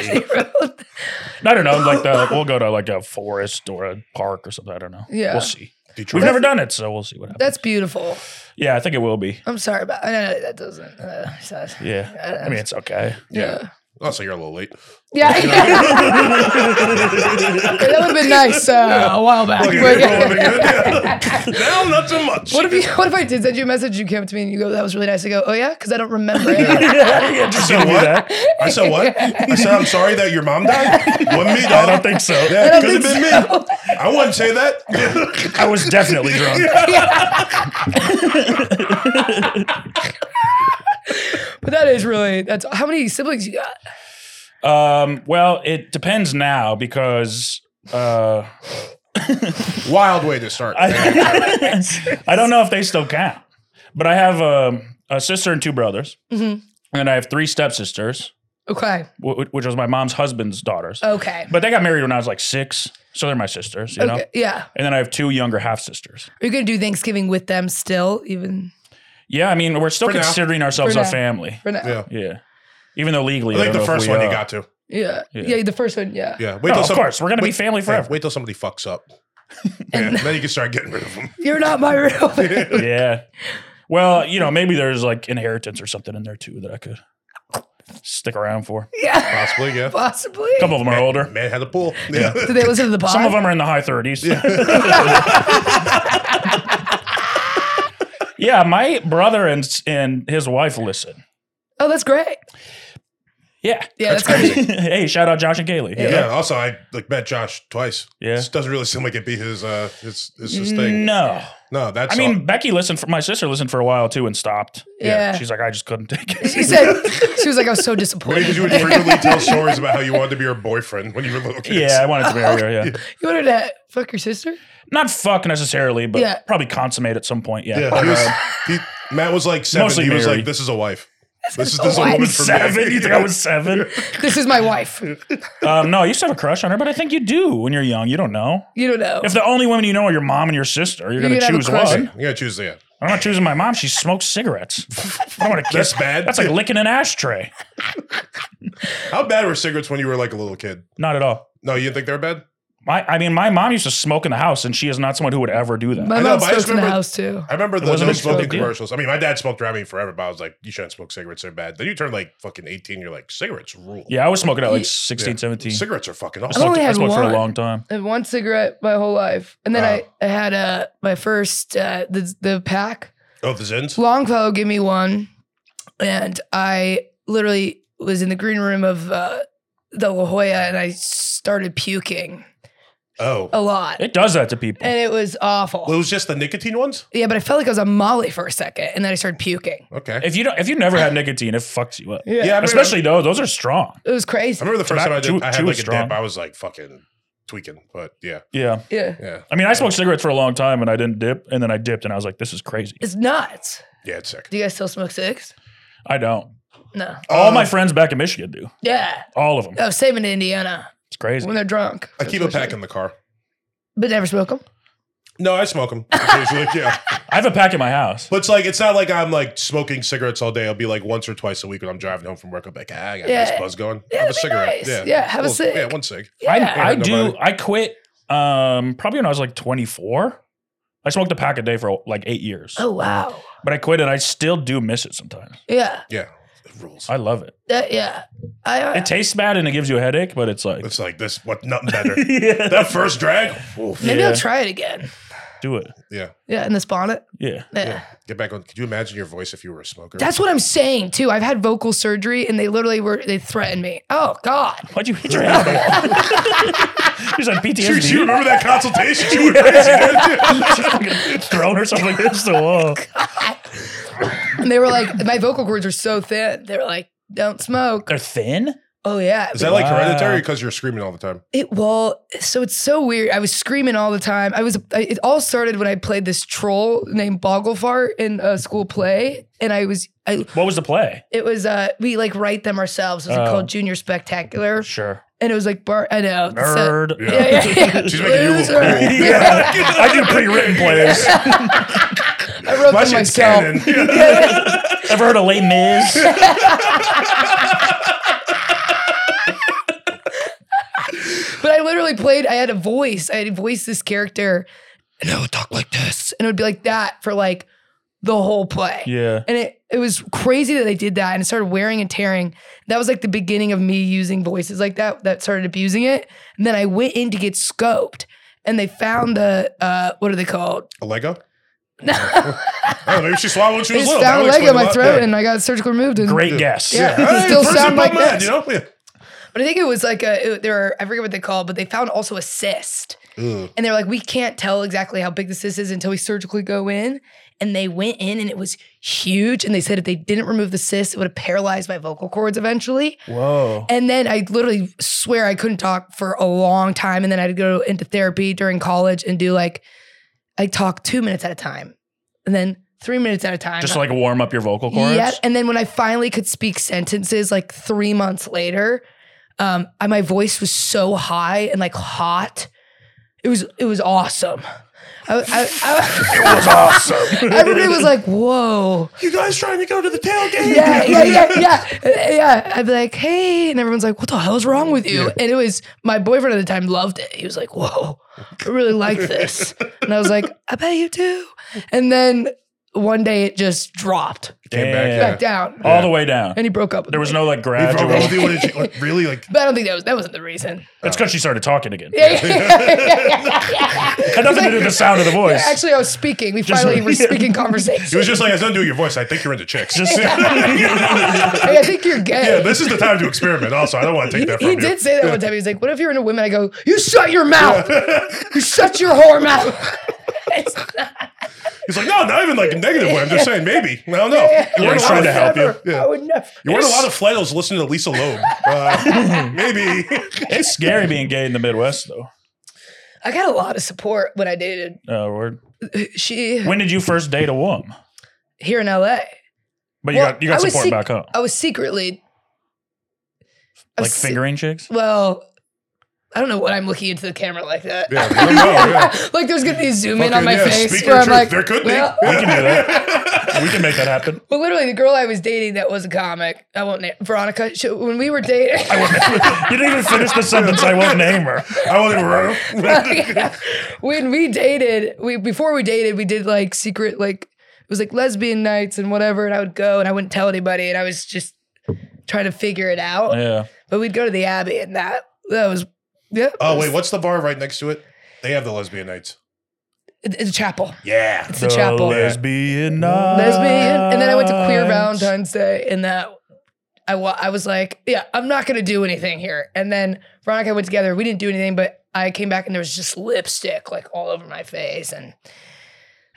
I don't know, like the we'll go to like a forest or a park or something. I don't know.
Yeah.
we'll see.
Detroit.
We've never done it, so we'll see what happens.
That's beautiful.
Yeah, I think it will be.
I'm sorry about I know that doesn't. Uh, so-
Yeah, I mean it's okay.
yeah.
Also, Oh, you're a little late.
Yeah. that would have been nice uh, a while back.
Okay,
but
you're rolling again. now, not so much.
What if you, what if I did send you a message? You came up to me and you go, "That was really nice." I go, "Oh yeah," because I don't remember it.
yeah, just
said
give me
what?
that.
I said what? I said I'm sorry that your mom died. Wasn't me.
I
dog.
don't think so.
Yeah,
I
it
don't
could have been
think
me. I wouldn't say that.
I was definitely drunk.
but that is really that's how many siblings you got?
Um, well, it depends now because uh,
Wild way to start.
I, I don't know if they still count, but I have um, a sister and two brothers,
Mhm.
and I have three stepsisters,
Okay,
wh- wh- which was my mom's husband's daughters.
okay,
But they got married when I was like six, so they're my sisters, you know.
okay. Yeah,
And then I have two younger half sisters.
are you gonna do Thanksgiving with them still? Even
Yeah, I mean, we're still
For now.
considering ourselves
For
a
now.
family.
for now?
yeah.
Yeah, even though legally,
I
I
think
don't
the
know if
first
we
one you
are.
got to.
Yeah.
Yeah.
yeah, the first one, yeah.
Yeah. Wait
No, of
some-
course, we're gonna be
wait-
family
yeah,
forever.
wait till somebody fucks up. Yeah, then you can start getting rid of them.
You're not my real. man.
yeah. Well, you know, maybe there's like inheritance or something in there too that I could stick around for.
yeah,
Possibly, yeah.
possibly.
A couple of them are older.
Man had a pool. Yeah.
Did they listen to the pod?
Some of them are in the high 30s. Yeah. my brother and and his wife listen.
Oh, that's great.
Yeah.
Yeah, that's, great.
hey, shout out Josh and Kaylee.
yeah. Also, I like met Josh twice.
Yeah.
This doesn't really seem like it'd be his uh his, his, his thing.
No.
No, that's
I mean, Becky listened for my sister listened for a while too and stopped.
Yeah.
She's like, I just couldn't take it.
She said she was like, I was so disappointed.
because you would frequently tell stories about how you wanted to be her boyfriend when you were little kids.
Yeah, I wanted to marry her. Yeah,
You wanted to fuck your sister?
not fuck necessarily, but
Yeah.
probably consummate at some point. Yeah, Uh,
Yeah, he was, he, Matt was like seven.
Mostly
he was
married.
like, "This is a wife. This is
a
this is a
wife."
woman for
seven.
me."
You think I was seven?
This is my wife.
Um, no, I used to have a crush on her, but I think you do when you're young. You don't know.
You don't know.
If the only women you know are your mom and your sister, you're
You're
going to
gonna have a
choose
crush.
one.
You gotta choose the end.
I'm not choosing my mom. She smokes cigarettes. I don't want to kiss.
That's bad.
That's like licking an ashtray.
How bad were cigarettes when you were like a little kid?
Not at all.
No, you didn't think they were bad.
My, I mean, my mom used to smoke in the house, and she is not someone who would ever do that.
my
I know,
mom
but I just
smokes in the
remember-
house too.
I remember the
wasn't
no
a big
smoking
deal.
commercials. I mean, my dad smoked Dramamine forever, but I was like, "You shouldn't smoke cigarettes; they're bad." Then you turn like fucking eighteen, you're like, "Cigarettes rule."
yeah, I was smoking at
Yeah.
like 16, 17.
cigarettes are fucking
I
awesome.
I've
smoked,
only
I
had
smoked for a
one.
long time.
I had one cigarette my whole life, and then
Wow.
I, I had uh, my first uh, the the pack.
Oh, the Zins.
Longfellow gave me one, and I literally was in the green room of uh, the La Jolla, and I started puking
Oh,
a lot,
It does that to people.
and it was awful.
well, it was just the nicotine ones.
Yeah, but I felt like I was on Molly for a second, and then I started puking.
Okay.
if you don't, if you never had nicotine, it fucks you up.
yeah, I remember,
Especially those. Those are strong.
It was
I
crazy.
remember the first time I did.
Tobacco-
I had
chew- chew
like
is
a
strong.
dip. I was like fucking tweaking, but yeah,
Yeah.
Yeah,
yeah,
I mean, I smoked cigarettes for a long time, and I didn't dip, and then I dipped, and I was like, this is crazy.
it's nuts.
yeah, it's sick.
Do you guys still smoke six?
I don't.
No.
All
Um,
my friends back in Michigan do.
Yeah,
All of them.
I was saving in Indiana
It's crazy.
when they're drunk,
I keep a pack in the car.
but never smoke them.
No, I smoke them occasionally. yeah,
I have a pack in my house.
but it's like it's not like I'm like smoking cigarettes all day. I'll be like once or twice a week when I'm driving home from work. I'm like, ah, I got a
Yeah.
nice buzz going.
Yeah,
have a
that'd be
cigarette.
nice.
Yeah,
Yeah, have a
Well,
cig.
Yeah, one cig.
Yeah.
I, I
Yeah,
do.
nobody-
I quit um, probably when I was like 24. I smoked a pack a day for like eight years,
oh wow.
but I quit and I still do miss it sometimes.
Yeah.
Yeah, it rules.
I love it.
That, yeah. I, uh, I
It tastes bad and it gives you a headache, but it's like,
It's like this. What? Nothing better.
yeah,
that first drag. oof.
maybe
Yeah.
I'll try it again.
do it.
Yeah.
Yeah, in this bonnet.
Yeah.
Yeah.
Yeah. Get back on. Could you imagine your voice if you were a smoker?
That's what I'm saying too. I've had vocal surgery and they literally were they threatened me. Oh God.
Why'd you hit your head on the wall? She's like
Dude, you
PTSD.
remember that consultation? You were crazy.
She's fucking thrown herself against the wall.
And they were like, my vocal cords are so thin. They were like, don't smoke.
They're thin.
Oh yeah.
Is that like
Wow.
hereditary because you're screaming all the time?
It well, so it's so weird. I was screaming all the time. I was. I, it all started when I played this troll named Bogglefart in a school play, and I was. I
What was the play?
it was. Uh, we like write them ourselves. It was
Oh.
called Junior Spectacular,
Sure.
and it was like bar. I know. so-
Nerd.
Yeah.
yeah, yeah, yeah.
She's making you look
Loser.
cool.
Yeah. I do pre-written plays.
I wrote
My
them
shit's
myself.
canon.
Ever heard of Les Mis?
But I literally played. I had a voice. I had voiced this character, and I would talk like this, and it would be like that for like the whole play.
Yeah.
And it, it was crazy that they did that and it started wearing and tearing. That was like the beginning of me using voices like that, that started abusing it. And then I went in to get scoped. and they found the uh, what are they called?
A Lego?
No,
I don't know. Maybe she swallowed when she
they
was
just
little.
found
That'll
a leg
explain
in my
lot.
throat,
Yeah.
and I got it surgically removed. And
Great guess.
Yeah.
Yeah.
It
Hey,
still
first
sound
in
like
my mind,
this.
You know? Yeah.
But I think it was like a it, there were I forget what they call, it, but they found also a cyst, and they were like, we can't tell exactly how big the cyst is until we surgically go in. And they went in, and it was huge. And they said if they didn't remove the cyst, it would have paralyzed my vocal cords eventually.
Whoa.
And then I literally swear I couldn't talk for a long time. And then I'd go into therapy during college and do like, I talk two minutes at a time, and then three minutes at a time.
Just to, like warm up your vocal cords.
Yeah, and then when I finally could speak sentences, like three months later, um, I, my voice was so high and like hot. It was it was awesome. I, I, I,
It was awesome.
everybody was like, "Whoa,
you guys trying to go to the tailgate?
yeah, yeah, yeah, yeah, yeah." I'd be like, "Hey," and everyone's like, "What the hell's wrong with you?" And it was my boyfriend at the time loved it. He was like, "Whoa, I really like this," and I was like, "I bet you do." And then one day it just dropped
Came back,
Damn.
yeah.
back down,
All the way down.
and he broke up.
Uh,
With
There was
me.
no like
Hey, bro, what
gradual.
did you- what did you- like, really? Like,
But I don't think that was that wasn't the reason.
It's because she started talking again.
Yeah, yeah, yeah, yeah, yeah.
Had nothing to do with the sound of the voice.
Actually, I was speaking. We
Just-
finally were
yeah.
speaking
it
conversation.
was just like, it's nothing to do with your voice. I think you're into chicks.
Just
Hey, I think you're gay.
yeah, this is the time to experiment. Also, I don't want to take that from
he
you.
did say that one time. He was like, "What if you're into women?" I go, "You shut your mouth. you shut your whore mouth." It's not-
He's like, no, not even like a negative way. I'm just saying, maybe. I don't know. You
Yeah,
weren't
he's
a
trying
lot
to help
of-
you.
never.
Yeah.
I would never.
You weren't a lot of flannels listening to Lisa Loeb. Uh, maybe.
it's scary being gay in the Midwest, though.
I got a lot of support when I dated.
Uh, word.
She
When did you first date a woman?
here in L.A.
But you
Well,
got you got
I was
support
sec-
back home,
I was secretly I
like
was se-
fingering chicks.
Well, I don't know what I'm looking into the camera like that.
Yeah, you don't know, yeah.
like there's gonna be a zoom in
Fucking,
on my
yeah,
face
speak
where
your
I'm
truth.
like,
there could be.
well,
We can do that. we can make that happen.
well, literally the girl I was dating that was a comic. I won't name Veronica. She, when we were dating,
You didn't even finish the sentence. I won't name her.
I won't even run him.
when we dated, we before we dated, we did like secret like it was like lesbian nights and whatever, and I would go and I wouldn't tell anybody, and I was just trying to figure it out.
Yeah.
But we'd go to the Abbey, and that that was yeah.
Oh, wait, what's the bar right next to it? They have the lesbian nights.
It- It's a chapel.
Yeah.
It's a chapel.
Lesbian
lesbian. And then I went to Queer Valentine's Day, and that I wa- I was like, yeah, I'm not gonna do anything here. And then Veronica and I went together. We didn't do anything, but I came back and there was just lipstick like all over my face, and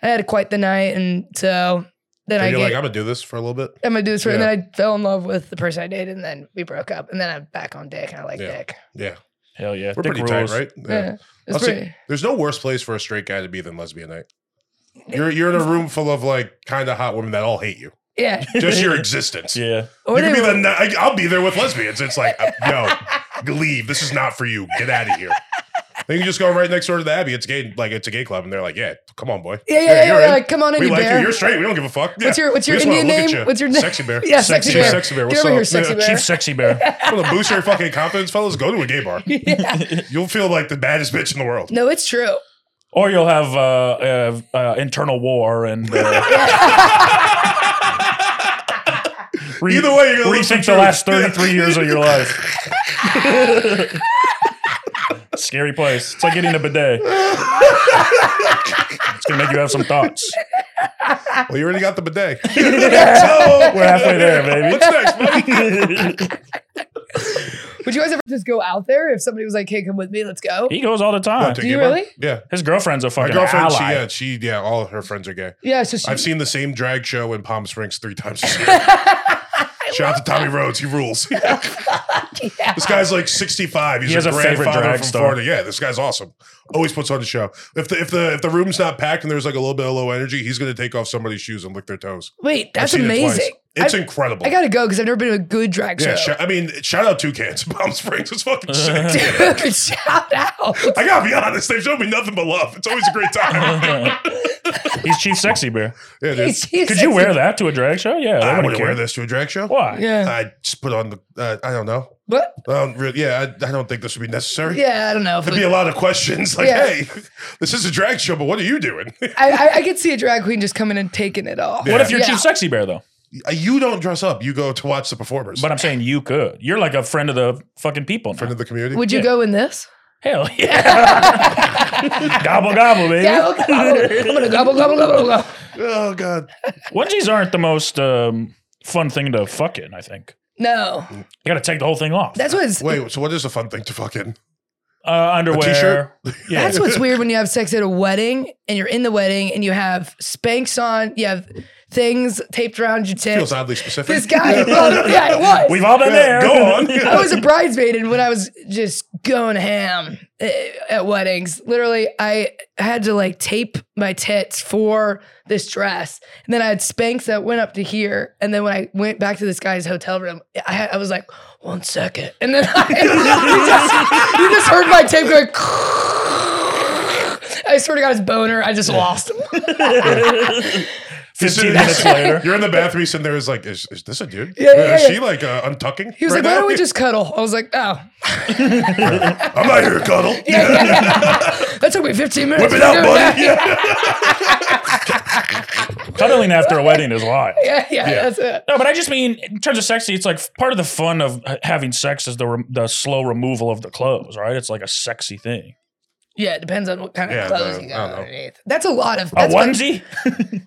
I had quite the night. And so then
And
I
you're
get,
like,
I'm,
I'm going to do this for a little bit.
gonna do this for, and
Yeah.
then I fell in love with the person I dated, and then we broke up, and then I'm back on dick, and I like
Yeah.
dick.
Yeah.
Hell yeah.
We're
Dick
pretty tight,
rules.
right?
Yeah, it's
I'll say-
pretty.
There's no worse place for a straight guy to be than lesbian night. You're, you're in a room full of like kind of hot women that all hate you.
Yeah,
Just your existence.
Yeah.
or
you
they
can be
were-
the, ni- I- I'll be there with lesbians. It's like, uh, no, leave. This is not for you. Get out of here. Then you just go right next door to the Abbey. It's gay, like it's a gay club, and they're like, "Yeah, come on, boy.
yeah, yeah, yeah,
you're
yeah,
in.
Like, come on in,
we
you
like
bear.
you. You're straight. We don't give a fuck."
What's your- what's
We
your
just wanna
Indian
look at
name?
you.
What's your na-
sexy bear?
Yeah, sexy
Chief
bear.
Sexy bear.
Get
What's
over
up?
here, sexy
Yeah.
bear.
Chief Sexy Bear.
You wanna boost your fucking confidence, fellas. Go to a gay bar.
Yeah.
You'll feel like the baddest bitch in the world.
No, it's true.
Or you'll have uh, uh, uh, internal war and uh, re-
Either way, you're gonna lose some
rethink the
truth.
last 33 years of your life. Scary place. It's like getting a bidet. It's gonna make you have some thoughts.
Well, you already got the bidet. so we're
We're halfway there, baby.
What's next, buddy?
Would you guys ever just go out there if somebody was like, "Hey, come with me, let's go"?
He goes all the time.
What, to a
Do you
gay bar?
really?
Yeah.
His girlfriend's a
My
fucking
girlfriend, she,
ally.
yeah, she, yeah, all her friends are gay.
Yeah, so she,
I've seen the same drag show in Palm Springs three times this year. Shout out to Tommy Rhodes. He rules. This guy's like 65. He's
He has
a
a favorite
grandfather
drag
from
star.
Florida. Yeah, this guy's awesome. Always puts on a show. If the if the if the room's not packed and there's like a little bit of low energy, he's gonna take off somebody's shoes and lick their toes.
wait,
I've
that's
seen it twice.
amazing.
It's
I,
incredible.
I gotta go because I've never been to a good drag
yeah,
show.
sh- I mean, shout out two cans, Palm Springs. It's fucking sick.
Dude, shout out.
I gotta be honest, they've shown me nothing but love. It's always a great time.
He's Chief Sexy Bear.
Yeah, dude.
Could you wear that to a drag show? Yeah, they
I
wouldn't
wouldn't
care.
wear this to a drag show.
Why?
Yeah,
I just put on the. Uh, I don't know.
but
I don't really, yeah, I, I don't think this would be necessary.
yeah, I don't know. If
There'd be a lot of questions like,
Yeah.
"Hey, this is a drag show, but what are you doing?
I, I, I could see a drag queen just coming and taking it all.
What if you're
Yeah.
Chief Sexy Bear though?
you don't dress up. You go to watch the performers.
But I'm saying you could. You're like a friend of the fucking people. now.
friend of the community.
Would you
Yeah.
go in this?
Hell yeah. gobble gobble, baby.
Gobble, gobble. I'm gonna gobble, gobble, gobble, gobble.
Oh god.
Onesies aren't the most um, fun thing to fuck in, I think.
No,
You gotta take the whole thing off.
that's what's
Wait, so what is a fun thing to fucking?
Uh, underwear.
t-shirt?
Yeah.
that's what's weird when you have sex at a wedding and you're in the wedding and you have spanks on, you have things taped around your
Feels
tits.
oddly specific.
This guy, well, yeah, it was.
We've all been there.
Yeah, go on.
I was a bridesmaid, and when I was just going ham eh, at weddings, literally, I had to like tape my tits for this dress, and then I had spanks that went up to here, and then when I went back to this guy's hotel room, I, had, I was like, one second, and then I, you, just, you just heard my tape going. I swear to God, it's boner. I just lost him.
Fifteen minutes later.
You're in the bathroom. He's sitting there. Is like, is, is this a dude?
Yeah, yeah,
Is
yeah.
she like uh, untucking?
He was like, "Why don't we just cuddle?" I was like, "Oh,
I'm not here to cuddle.
yeah, yeah, yeah. that took me 15 minutes."
Whip it
to
out,
do that.
buddy. Yeah.
Cuddling after a wedding is wild.
Yeah, yeah, that's it.
No, but I just mean in terms of sexy, it's like part of the fun of h- having sex is the re- the slow removal of the clothes, right? It's like a sexy thing.
Yeah, it depends on what kind
Yeah,
of clothes
but
you
I don't
got
know.
underneath. That's a lot of
A
that's what-
onesie?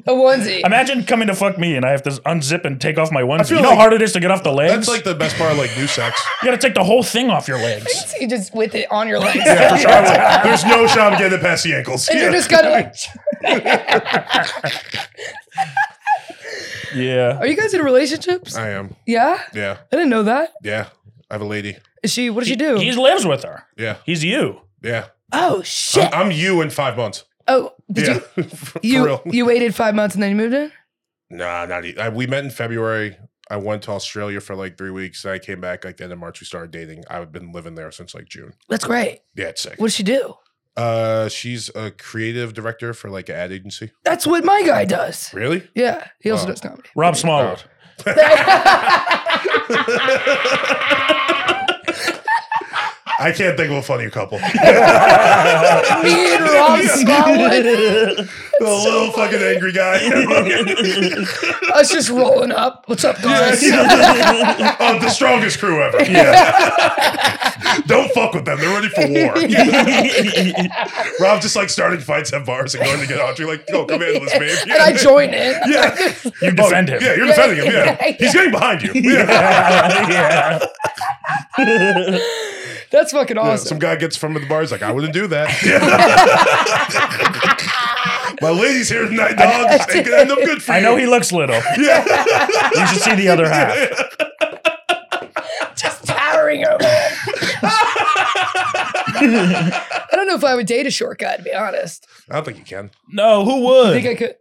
a onesie.
Imagine coming to fuck me and I have to unzip and take off my onesie.
feel
You know
like-
how hard it is to get off the legs?
That's like the best part of like new sex.
you gotta take the whole thing off your legs.
you just with it on your legs,
Yeah, for sure. It's like, There's no shot I'm getting it past the ankles.
and
Yeah.
you're just kind of like,
Yeah.
"Are you guys in relationships?"
I am.
yeah,
Yeah.
I didn't know that.
Yeah. I have a lady.
Is she? What does she do?
He lives with her.
Yeah.
He's you.
Yeah.
oh
I'm,
shit!
I'm you in five months.
oh, did
uh, yeah. You,
you
For
you
real.
you waited five months and then you moved in?
nah, not e- I, We met in February. I went to Australia for like three weeks. And I came back like the end of March. We started dating. I've been living there since like June.
That's great.
Yeah, it's sick.
What does she do?
Uh, she's a creative director for like an ad agency.
That's what my guy does.
Really?
Yeah, he also
Wow.
does comedy.
Rob Smallwood.
I can't think of a funnier couple.
Me and Rob Smallwood,
the little fucking angry guy.
us just rolling up. What's up, guys?
oh, the strongest crew ever. Yeah. Don't fuck with them. They're ready for war. Rob just like starting fights at bars and going to get out. You're like, go come handle this, babe.
And I join in.
yeah.
You
Oh,
defend him.
Yeah, you're
Yeah,
defending him. Yeah.
yeah,
He's getting behind you. Yeah.
yeah.
That's fucking
Yeah,
awesome.
Some guy gets from the bar. He's like, I wouldn't do that. My lady's here tonight, dog. It could end up good for
I
you.
know he looks little. You should see the other half.
just powering her. I don't know if I would date a short guy, to be honest.
I don't think you can.
No, who
I
would?
think I could.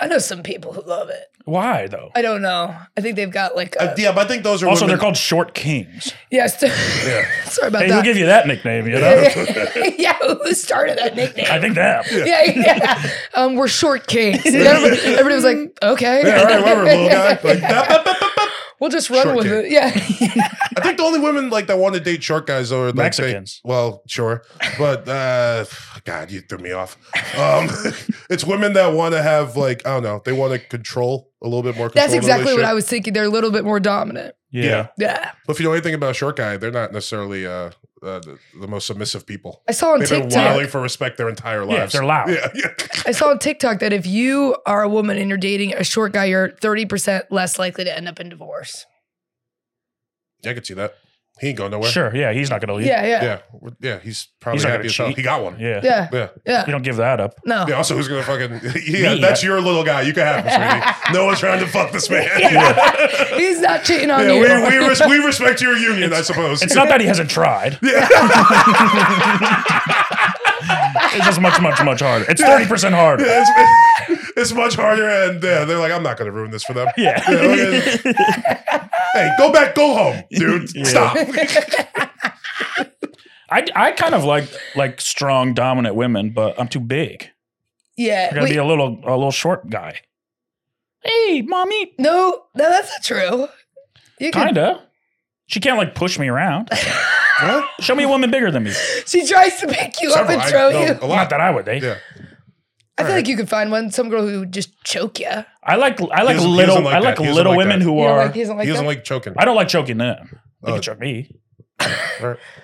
I know some people who love it.
Why though?
I don't know. I think they've got like
Uh,
a.
yeah, but I think those are
Also, they're
women-
called short kings.
Yes.
Yeah.
sorry about
Hey, who
that.
give you that nickname? You know,
yeah, who started that nickname?
I think that.
yeah, yeah. Um, we're short kings. And Everybody, everybody was like, okay.
Yeah, all right, whatever, little guy. Like, bap, bap, bap, bap, bap.
We'll just run
Short
with
king.
it. Yeah.
I think the only women like that want to date short guys are like, they-
Mexicans.
well, sure, but uh, God, you threw me off. Um, it's women that want to have like I don't know. They want to control a little bit more. Control
That's
in a
exactly what
relationship.
I was thinking. They're a little bit more dominant.
Yeah.
Yeah.
Yeah. But
But if you know anything about a short guy, they're not necessarily uh, uh, the, the most submissive people.
I saw on
They've been
TikTok.
wilding for respect their entire
Yeah,
lives.
they're loud.
Yeah, yeah.
I saw on TikTok that if you are a woman and you're dating a short guy, you're 30% less likely to end up in divorce.
Yeah, I could see that. He ain't going nowhere.
Sure. Yeah, he's not gonna leave.
Yeah, yeah.
Yeah, yeah. He's probably
He's not
happy
gonna
as hell.
cheat.
He got one.
Yeah.
Yeah.
Yeah.
Yeah.
You don't give that up.
No.
Yeah, also, who's gonna fucking? Yeah,
Me.
that's your little guy. You can have him, sweetie. No one's trying to fuck this man. Yeah,
He's not cheating on
Yeah,
you.
we, we, res- we respect your union, I suppose.
It's not that he hasn't tried. it's just much, much, much harder. It's thirty percent harder.
Yeah, it's, it's much harder, and uh, they're like, I'm not gonna ruin this for them.
Yeah.
okay. hey, go back, go home, dude.
Yeah.
Stop.
I, I kind of like like strong, dominant women, but I'm too big. I
yeah.
gotta
Wait,
be a little a little short guy. Hey, mommy.
no, no, that's not true. You can,
Kinda. She can't like push me around.
Huh?
Show me a woman bigger than me.
she tries to pick you
Several.
up
I
and throw
know
you.
A
Not
lot.
that I would eh? date.
Yeah.
I feel like you could find one, some girl who would just choke you. You
I like I
He
like
doesn't- he
little
doesn't like
I like
that. He doesn't
little
like
women
that.
who
know,
are
like he doesn't like
he doesn't
that?
like choking.
I don't like choking them. They
Oh.
can choke me. I,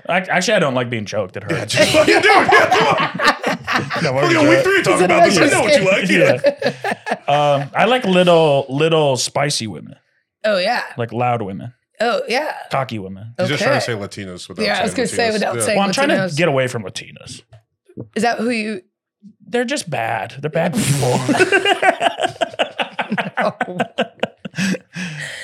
actually, I don't like being choked. It
Yeah,
hurts.
just fucking do it. Yeah, come on.
No, we're
Fucking
good.
on week three talking about this. I know what you like. Yeah.
yeah. Um, I like little, little spicy women,
Oh yeah.
like loud women,
Oh yeah.
cocky women.
He's
Okay.
just trying to say Latinos without
Yeah, I was
saying
gonna say
Latinos.
without saying-
Well, I'm trying to
Latinos.
get away from Latinas.
Is that who you?
They're just bad. They're bad people.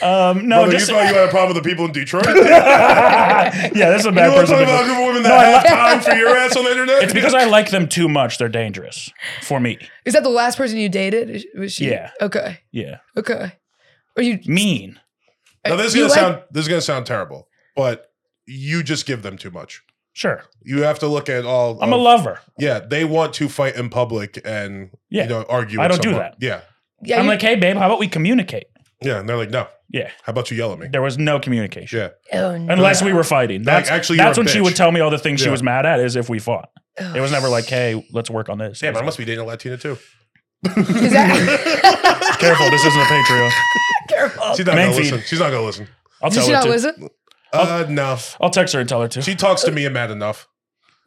um, no,
Brother,
just
you thought you had a problem with the people in Detroit? you
yeah, that's a bad
know what
person. to be-
I'm talking about? A group of women
No, I
that have time for your ass on the internet?
It's because I like them too much. They're dangerous for me.
Is that the last person you dated? Is- Was she?
Yeah.
Okay.
Yeah,
Okay. Or you?
mean.
Now this is
you
gonna
like-
sound this is gonna sound terrible, but you just give them too much.
Sure,
You have to look at all.
I'm a
of-
lover.
Yeah, they want to fight in public and
Yeah.
you know argue.
I
with
don't do
someone.
that.
Yeah,
Yeah.
I'm
you-
like, hey, babe, how about we communicate?
yeah, and they're like, no.
Yeah,
How about you yell at me?
there was no communication
Yeah,
Oh, no.
unless we were fighting. That's
Like,
actually
actually, you're
that's
a
when she
bitch.
would tell me all the things she
Yeah.
was mad at is if we fought.
Oh,
It was never like, hey, let's work on this.
damn,
It
I
was
must be dating a Latina too.
Is that?
like, careful. This isn't a Patreon.
Careful.
She's not
Main
gonna
feed.
listen. She's not gonna listen.
I'll
Did
tell
she
her
not
to.
listen?
Uh, no,
I'll text her and tell her to.
she talks to me and mad enough.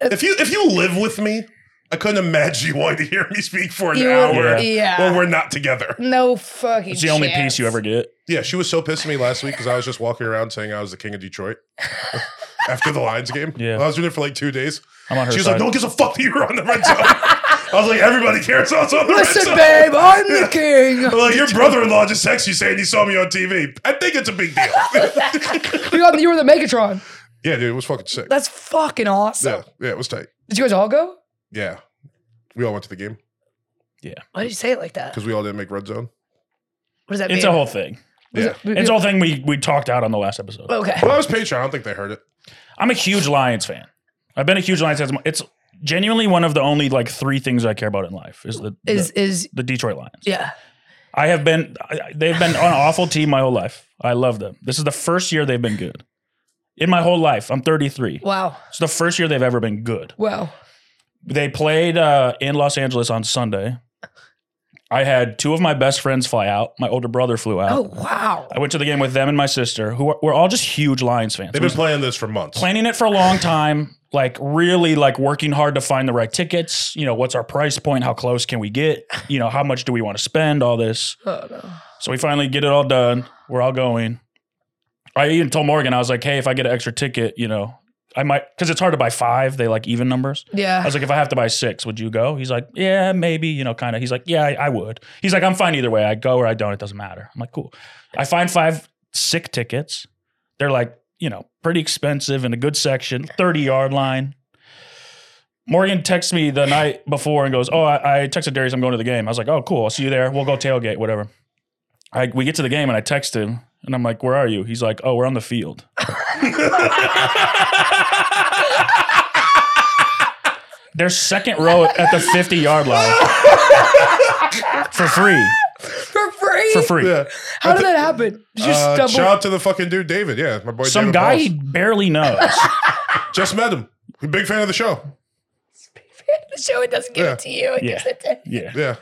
If you if you live with me, I couldn't imagine you wanting to hear me speak for an
You
hour
would- yeah.
when we're not together.
No fucking.
It's the only
chance.
piece you ever get.
Yeah, she was so pissed at me last week because I was just walking around saying I was the king of Detroit after the Lions game.
Yeah.
I was doing it for like two days.
I'm on her
She was
side.
like, "No one gives a fuck that you were on the red zone." I was like, "Everybody cares I was on the
Listen,
red zone."
babe, I'm the king.
I'm like, your brother-in-law just texted you saying he saw me on TV. I think it's a big deal.
You got- You were the Megatron.
yeah, dude, it was fucking sick.
That's fucking awesome.
Yeah, yeah, it was tight.
Did you guys all go?
Yeah, we all went to the game
Why did you say it like that?
because we all didn't make red zone.
What does that mean?
it's a whole thing.
Was
Yeah,
it-
It's a whole thing we we talked out on the last episode.
Okay.
well, I was Patreon. I don't think they heard it.
I'm a huge Lions fan. I've been a huge Lions fan. It's genuinely one of the only like three things I care about in life is the
Is
the,
is
the Detroit Lions.
yeah.
I have been I- I- they've been an awful team my whole life. I love them. This is the first year they've been good. In my whole life, I'm 33.
Wow.
It's the first year they've ever been good.
Wow.
They played uh, in Los Angeles on Sunday. I had two of my best friends fly out. My older brother flew out.
Oh wow.
I went to the game with them and my sister, who are, were all just huge Lions fans.
They've
We
been playing this for months.
planning it for a long time, like really like working hard to find the right tickets. You know, what's our price point? How close can we get? You know, how much do we want to spend? All this.
Oh no.
So we finally get it all done. We're all going. I even told Morgan, I was like, hey, if I get an extra ticket, you know, I might because it's hard to buy five. They like even numbers. I
Yeah.
was like, if I have to buy six, would you go? He's like, yeah, maybe, you know, kind of. He's like, yeah, I, I would. He's like, I'm fine either way. I go or I don't. It doesn't matter. I'm like, cool. I find five sick tickets. They're like, you know, pretty expensive in a good section, 30 yard line. Morgan texts me the night before and goes, oh, I, I texted Darius, I'm going to the game. I was like, oh, cool. I'll see you there. We'll go tailgate, whatever. I, we get to the game and I text him and I'm like, where are you? He's like, oh, we're on the field. Their second row at the 50 yard line for free.
For free.
For free.
Yeah.
How did that happen? Did you
Uh,
stumble?
shout out to the fucking dude, David. Yeah, my boy.
Some
David
guy
Pauls.
he barely knows.
Just met him. Big fan of the show.
the show it doesn't give
Yeah.
it to you. It
Yeah.
gives it to
yeah.
Yeah.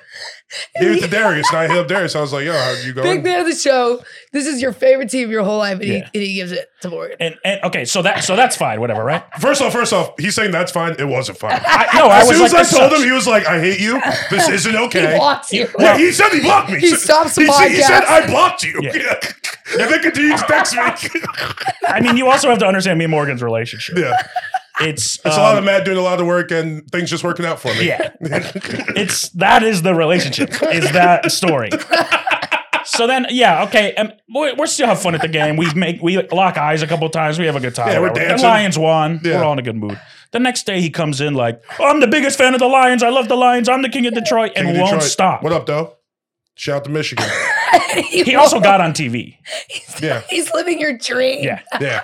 Gave it to Darius, and I hit up Darius. I was like, "Yo, how you going?"
Big fan of the show. This is your favorite team your whole life, and, he,
Yeah.
and he gives it to Morgan.
And, and okay, so that so that's fine, whatever, right?
First off, first off, he's saying that's fine. It wasn't fine.
I, no, I
As
was
soon
like,
as I
this
told
sucks.
him, he was like, "I hate you. This isn't okay."
He wants you.
yeah, he said he blocked me.
He
So-
stops the
he, said- he said,
podcast.
"I blocked you."
Yeah.
Yeah. and then continued to text me.
I mean, you also have to understand me and Morgan's relationship.
yeah,
It's
it's a lot of
um,
Matt doing a lot of work and things just working out for me.
yeah. It's that is the relationship. Is that story? So then, yeah, okay. Um, we we still have fun at the game. We make we lock eyes a couple times. We have a good time.
Yeah, we're
whatever. the
dancing.
Lions won.
Yeah.
We're all in a good mood. The next day, he comes in like, "Oh, "I'm the biggest fan of the Lions. I love the Lions. I'm the king of Detroit,"
King
and
of
won't
Detroit.
stop.
What up, though? Shout out to Michigan.
He also got on TV
Yeah,
He's living your dream.
Yeah.
yeah,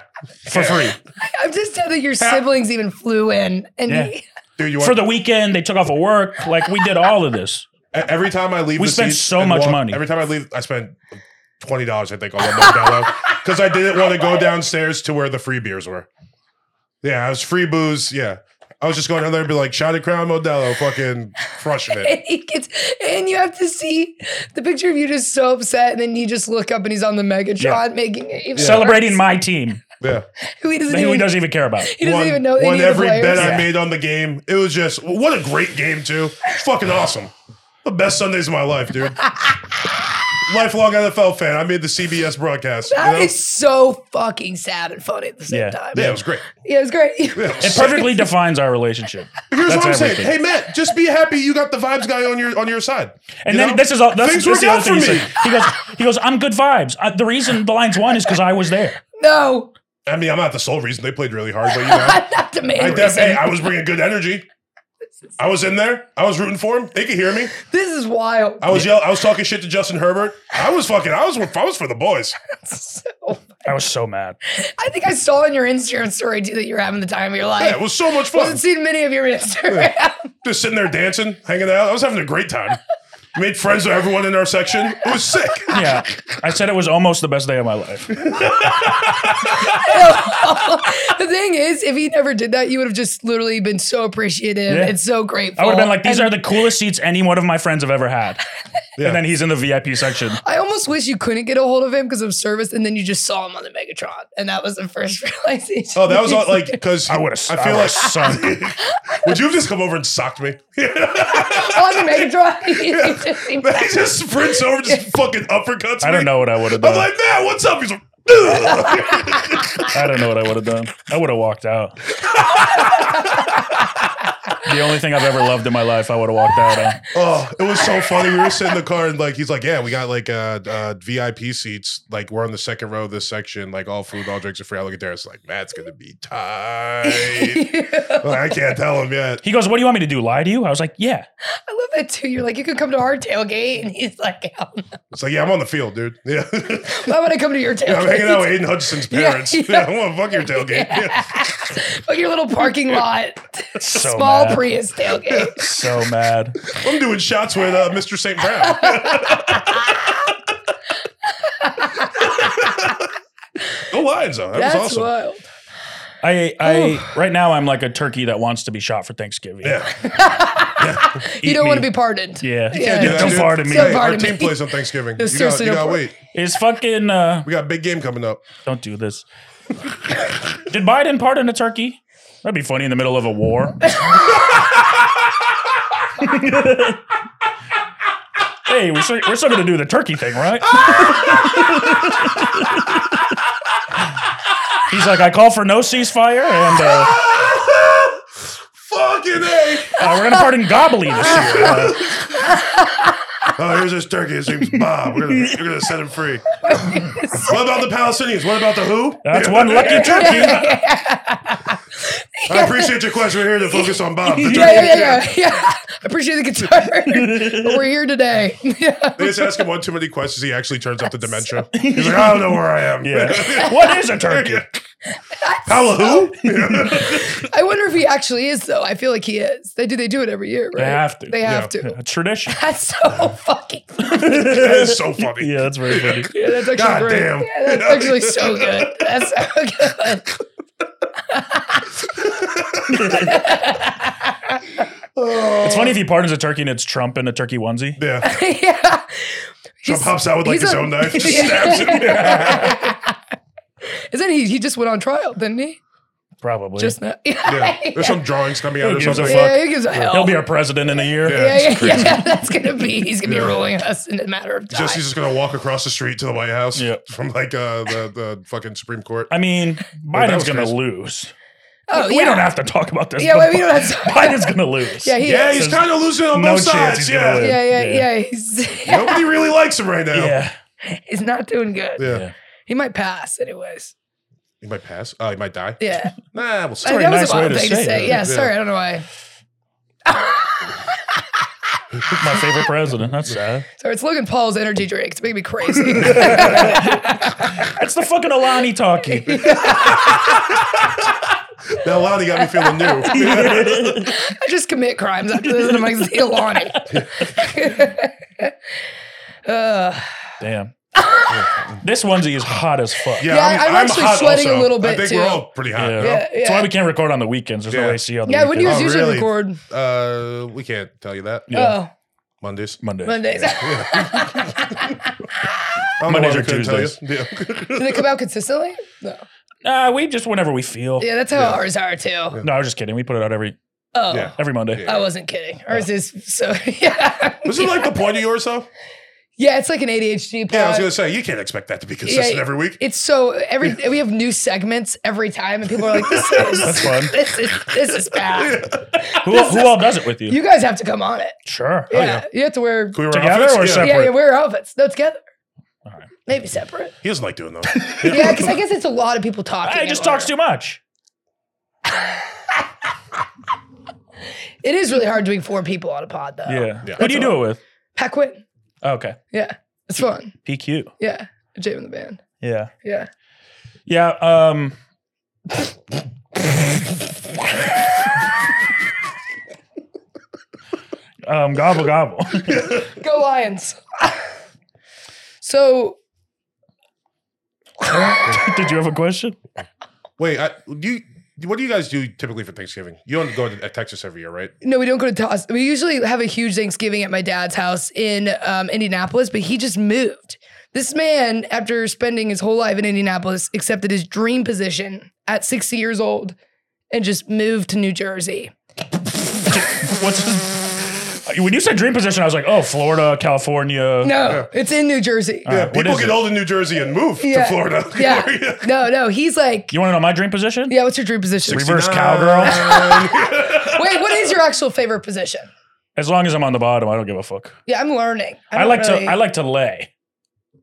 for free.
I'm just sad that your siblings even flew in, and
Yeah.
he,
dude. You
for
want,
the weekend. They took off of work. Like we did all of this.
E, every time I leave,
We
the
spent
seat
so
and
much
walk-
money.
Every time I leave, I spend twenty dollars. I think on one Modelo because I didn't want to go downstairs to where the free beers were. Yeah, I was free booze. Yeah, I was just going down there and be like, "Shotted Crown Modelo, fucking crushing it."
and he gets, and you have to see the picture of you just so upset, and then you just look up and he's on the Megatron making it even
Celebrating
worse.
my team.
Yeah.
who he doesn't,
Who
even,
he doesn't even care about.
he doesn't
won,
even know
won
any
every
of the
bet
players.
I
Yeah.
made on the game. It was just what a great game too. It's fucking awesome. The best Sundays of my life, dude. Lifelong NFL fan. I made the CBS broadcast. you
That
know?
is so fucking sad and funny at the same
Yeah.
time.
yeah, it was great.
Yeah, it was great.
Yeah, it was
It
sick.
perfectly defines our relationship.
Here's
That's
what I'm
everything.
saying. Hey Matt, just be happy you got the vibes guy on your on your side.
And
You
then
know?
this is all. That's,
Things
this is the
work
other
out
thing he
for
said. He goes. He goes. I'm good vibes. Uh, the reason the Lions won is because I was there.
No,
I mean, I'm not the sole reason they played really hard, but you know,
not the main
I, def-
reason.
hey, I was bringing good energy. I was in there. I was rooting for him. They could hear me.
this is wild.
I was yell. I was talking shit to Justin Herbert. I was fucking. I was. I was for the boys.
So-
I was so mad.
I think I saw on your Instagram story too that you were having the time of your life.
Yeah, it was so much fun.
Wasn't seen many of your Instagram.
just sitting there dancing, hanging out. I was having a great time. Made friends with everyone in our section. It was sick.
Yeah, I said it was almost the best day of my life.
the thing is, if he never did that, you would have just literally been so appreciative
Yeah.
and so grateful.
I would have been like, these
And
are the coolest seats any one of my friends have ever had.
Yeah.
And then he's in the VIP section.
I almost wish you couldn't get a hold of him because of service, and then you just saw him on the Megatron, and that was the first realization.
Oh, that was all, like because
I would have.
I feel like would you have just come over and socked me?
on the Megatron. he just seemed
he just sprints over, just fucking uppercuts.
I don't
me.
know what I would have
I'm
done.
like, man, what's up? He's like, Ugh.
I don't know what I would have done. I would have walked out. the only thing I've ever loved in my life, I would have walked out on.
oh, it was so funny. We were sitting in the car and like he's like, yeah, we got like uh, uh VIP seats. Like we're on the second row of this section. Like all food, all drinks are free. I look at there. It's like Matt's gonna be tight.
I
Like, I can't tell him yet.
He goes, "What do you want me to do? Lie to you?" I was like, "Yeah."
love that too. You're like, you could come to our tailgate, and he's like, "Hell no.
It's like, yeah, I'm on the field, dude. Yeah. Yeah,
why would I come to your tailgate?
I'm hanging out with Aiden Hutchinson's
Yeah,
parents.
yeah.
Yeah, I want to fuck your tailgate. Yeah.
Fuck your little parking lot,
So
small
mad.
Prius tailgate.
So mad.
I'm doing shots with uh, Mr. St. Brown. Go Lions, though. That
That's
was awesome.
wild.
I, I right now I'm like a turkey that wants to be shot for Thanksgiving.
Yeah.
You don't want to be pardoned.
Yeah.
Yeah.
do that,
Don't
dude.
fart at me.
Don't
Hey,
fart
our
at me.
team plays on Thanksgiving.
It's
You got,
seriously
you
no
got
fart.
wait.
Is fucking uh
We got a big game coming up.
don't do this. Did Biden pardon a turkey? That'd be funny in the middle of a war. hey, we're still, we're still gonna do the turkey thing, right? He's like, I call for no ceasefire, and uh,
Fucking A.
uh, we're gonna pardon Gobbly this year. Uh,
Oh, here's this turkey. His name's Bob. We're going to set him free. what about the Palestinians? What about the who?
that's one lucky turkey.
I appreciate your question. We're here to focus on Bob. The turkey.
Yeah, yeah, yeah, yeah. yeah. I appreciate the guitar. but we're here today. Yeah.
They just ask him one too many questions. He actually turns up the dementia. He's like, I don't know where I am.
Yeah. What is a turkey?
Paula who?
I wonder if he actually is though. I feel like he is. They do. They do it every year. Right?
They have to.
They have
Yeah.
to.
A tradition.
That's so fucking. Funny.
that is so funny.
Yeah, that's very funny.
Yeah, that's actually
God
great.
damn.
Yeah, that's actually so good. That's so good.
It's funny if he pardons a turkey and it's Trump in a turkey onesie.
Yeah.
yeah.
Trump hops out with like
he's
his
a-
own knife, just
Yeah.
stabs him. Yeah.
Isn't he? He just went on trial, didn't he?
Probably.
Just now.
Yeah.
Yeah.
There's some drawings coming out
Who
or
gives a
something.
fuck?
yeah, he gives a hell.
He'll be our president in a year.
Yeah.
yeah, yeah, yeah, that's gonna be. He's gonna be ruling us in a matter of time.
Just he's just gonna walk across the street to the White House
Yeah.
from like uh, the the fucking Supreme Court.
I mean,
that
Biden's
was
gonna
crazy.
lose.
oh,
We don't have to talk about this.
Yeah,
but
wait, we don't have to-
Biden's gonna lose.
Yeah, he
Yeah,
is.
he's kind of losing on
No
both
chance
sides.
he's gonna
Yeah.
win.
yeah, yeah,
Yeah.
yeah. He's
Nobody really likes him right now.
Yeah.
he's not doing good.
Yeah.
Yeah.
He might pass, anyways.
He might pass. Oh, he might die.
Yeah,
Nah, we'll
I-
see.
Sorry,
that
nice
was a
way
wild
to
thing to
say
say.
it.
Yeah,
Yeah.
sorry, I don't know why.
My favorite president. That's sad.
So it's Logan Paul's energy drink. It's making me crazy.
That's the fucking Alani talking.
Now Lonnie got me feeling new.
I just commit crimes after this, and I'm like, see Lonnie.
Damn. this onesie is hot as fuck.
Yeah,
Yeah, I'm actually
hot
sweating a
also.
little
I
bit,
think
too.
we're all pretty hot.
Yeah.
Yeah,
That's why
yeah.
we can't record on the weekends. There's
Yeah.
no AC on the
Yeah, when do you
weekends.
guys
Oh,
usually
really?
record?
Uh, we can't tell you that.
Yeah.
Oh,
Mondays.
Monday.
Mondays.
I don't know
Mondays
why
or
we couldn't tell you.
Tuesdays.
Yeah.
Do they come out consistently? No.
Nah, we just whenever we feel.
Yeah, that's how
Yeah.
ours are too.
No, I was just kidding. We put it out every
Oh,
Yeah.
every Monday.
Yeah.
I wasn't kidding. Ours is so yeah.
Was it like the point of yours though?
yeah, it's like an ADHD. Pod.
Yeah, I was gonna say you can't expect that to be consistent every week.
It's so every we have new segments every time, and people are like, "This is
That's fun.
This is this is bad."
Who, who all does it with you?
You guys have to come on it.
sure.
Yeah, you have to wear.
Oh, Can we wear
Together
outfits?
or
yeah.
separate?
Yeah, yeah, wear outfits. No, together.
right.
Maybe separate.
He doesn't like doing those.
Yeah, because I guess it's a lot of people talking.
I
at
just talks
once.
too much.
It is really hard doing four people on a pod though.
yeah.
Yeah.
Who do you do it with? Oh,
Peckwin.
Okay.
Yeah, it's fun.
PQ.
Yeah, Jay in the band.
Yeah.
Yeah.
Yeah. Um, um, gobble gobble.
Go Lions. so
Did you have a question?
Wait, I, do you? What do you guys do typically for Thanksgiving? You don't go to uh, Texas every year, right?
no, we don't go to Toss. We usually have a huge Thanksgiving at my dad's house in um, Indianapolis, but he just moved. This man, after spending his whole life in Indianapolis, accepted his dream position at 60 years old and just moved to New Jersey.
What's when you said dream position? I was like, oh, Florida, California.
No, it's in New Jersey.
All right,
Yeah,
what
people
is
get
it?
old in New Jersey and move
Yeah.
to Florida.
Yeah. No, no, he's like,
You want to know my dream position?
yeah, what's your dream position?
Reverse cowgirl.
Wait, what is your actual favorite position?
As long as I'm on the bottom, I don't give a fuck.
Yeah, I'm learning.
I,
don't
like
really-
to. I like to lay.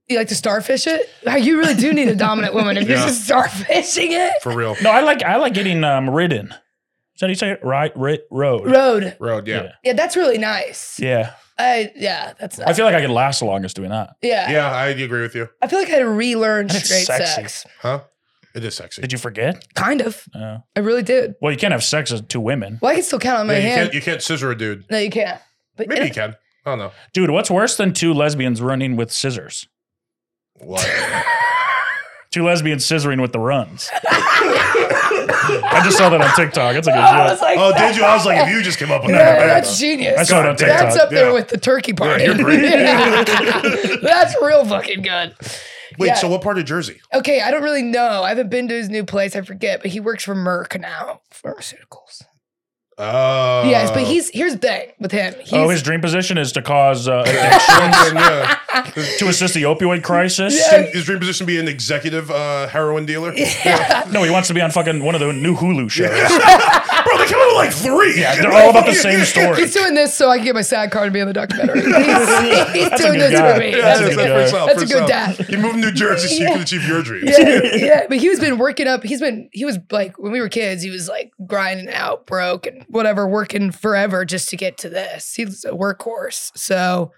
You like to starfish it? Wow, You really do need a dominant woman if
Yeah.
you're just starfishing it.
for real.
No, I like. I like getting um, ridden. Is that how you say it? Right, ri road.
Road.
Road, yeah.
Yeah.
Yeah, that's really nice.
Yeah,
I yeah, that's nice.
I feel like I could last the longest doing that.
yeah.
yeah, I agree with you,
I feel like I had to relearn
And it's
straight
sexy.
sex.
huh? It is sexy.
Did you forget?
Kind of.
Uh,
I really did.
well, you can't have sex with two women,
Well, I can still count on my
yeah, you
hand.
can't you can't scissor a dude.
no, you can't. But
Maybe you can. I don't know.
dude. What's worse than two lesbians running with scissors?
What?
Two lesbians scissoring with the runs. I just saw that on TikTok. It's a
I
good
was
joke.
like,
oh, did you? I was like, if you just came up with
yeah,
that, man.
that's genius.
I saw it on TikTok.
that's up there
yeah.
with the turkey party.
you're great.
that's real fucking good.
Wait,
yeah.
so what part of Jersey?
Okay, I don't really know. I haven't been to his new place. I forget, but he works for Merck now, pharmaceuticals.
Oh,
yes, but he's here's the thing with him. He's,
Oh, his dream position is to cause uh,
Oh, yeah.
addiction to assist the opioid crisis.
Yeah.
His dream position be an executive uh, heroin dealer.
No, he wants to be on fucking one of the new Hulu shows.
Bro, they come out with like three. Yeah,
They're all about the same story.
he's doing this so I can get my sad card to be in the documentary. He's, he's
That's a
doing
good
this
guy.
for me.
Yeah,
That's,
a
That's a
good
good-
guy.
That's a good dad.
You moved to New Jersey so you can achieve your dreams.
yeah, yeah, but he's been working up. He's been he was like when we were kids, he was like grinding out, broke and whatever, working forever just to get to this. He's a workhorse. So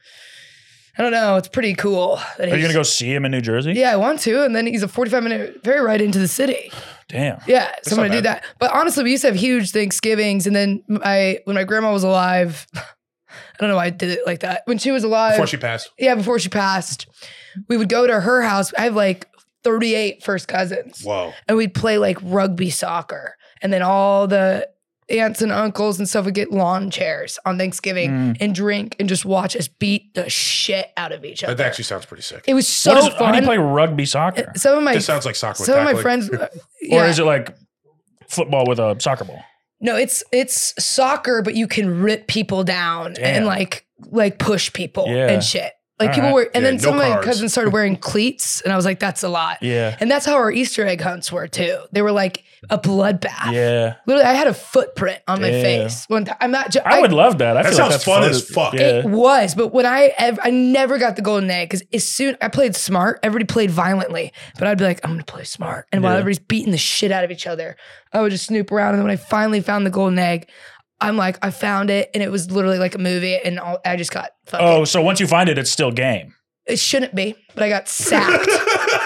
I don't know. It's pretty cool. That
Are you
he's-
gonna go see him in New Jersey?
Yeah, I want to. And then he's a 45 minute ferry ride into the city.
Damn.
Yeah, so I'm
not
gonna do that. But honestly, we used to have huge Thanksgivings, and then I, when my grandma was alive, I don't know why I did it like that. When she was alive,
Before she passed.
yeah, before she passed, we would go to her house. I have like 38 first cousins,
Whoa.
and we'd play like rugby soccer, and then all the aunts and uncles and stuff would get lawn chairs on Thanksgiving
Hmm.
and drink and just watch us beat the shit out of each other.
That actually sounds pretty sick.
it was so
what is, How do you
fun. Uh,
play rugby soccer?
some of my
This sounds like soccer. with
some of my
tackling.
friends, uh,
Or
yeah.
is it like football with a soccer ball?
No, it's it's soccer, but you can rip people down
Damn.
and like like push people
Yeah.
and shit. Like
All
people
right.
were, and
Yeah,
then
no
some of my
cards.
cousins started wearing cleats, and I was like, that's a lot.
Yeah.
And that's how our Easter egg hunts were too. They were like a bloodbath.
Yeah.
Literally, I had a footprint on my
Yeah.
face one time. I'm not. jo-
I, would love that. I
That
feel
sounds
like that's
fun as fuck.
Yeah.
It was, but when I ev- I never got the golden egg because as soon I played smart, everybody played violently, but I'd be like, I'm gonna play smart, and while
Yeah.
everybody's beating the shit out of each other, I would just snoop around, and then when I finally found the golden egg, I'm like, I found it, and it was literally like a movie, and all, I just got fucking.
Oh, so once you find it, it's still game.
It shouldn't be, but I got sacked.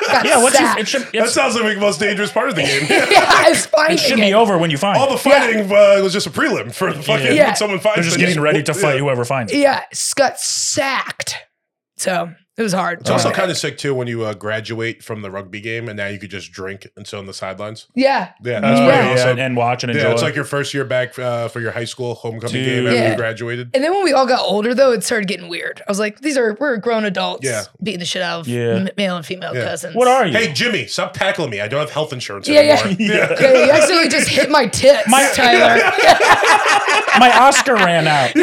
got
Yeah, once you,
sacked.
it should,
That
it's,
sounds like the most dangerous part of the game.
yeah, it's finding
it should be
it.
over when you find
All
it.
the fighting uh, was just a prelim for the fucking
Yeah.
when someone finds
They're just
it.
getting ready to fight whoever finds it.
Yeah, s- got sacked. So it was hard.
It's also kind of sick too when you uh, graduate from the rugby game and now you could just drink and sit on the sidelines.
yeah.
Yeah, that's pretty
Yeah.
yeah,
awesome.
and, and watch and enjoy.
yeah, it's like your first year back uh, for your high school homecoming game after
Yeah.
you graduated.
And then when we all got older, though, it started getting weird. I was like, these are, we're grown adults
Yeah.
beating the shit out of
Yeah.
m- male and female
Yeah.
cousins.
what are you?
Hey Jimmy, stop tackling me. I don't have health insurance
Yeah, yeah.
anymore.
Yeah.
Yeah, you actually just hit my tits,
My-
Tyler.
My Oscar ran out.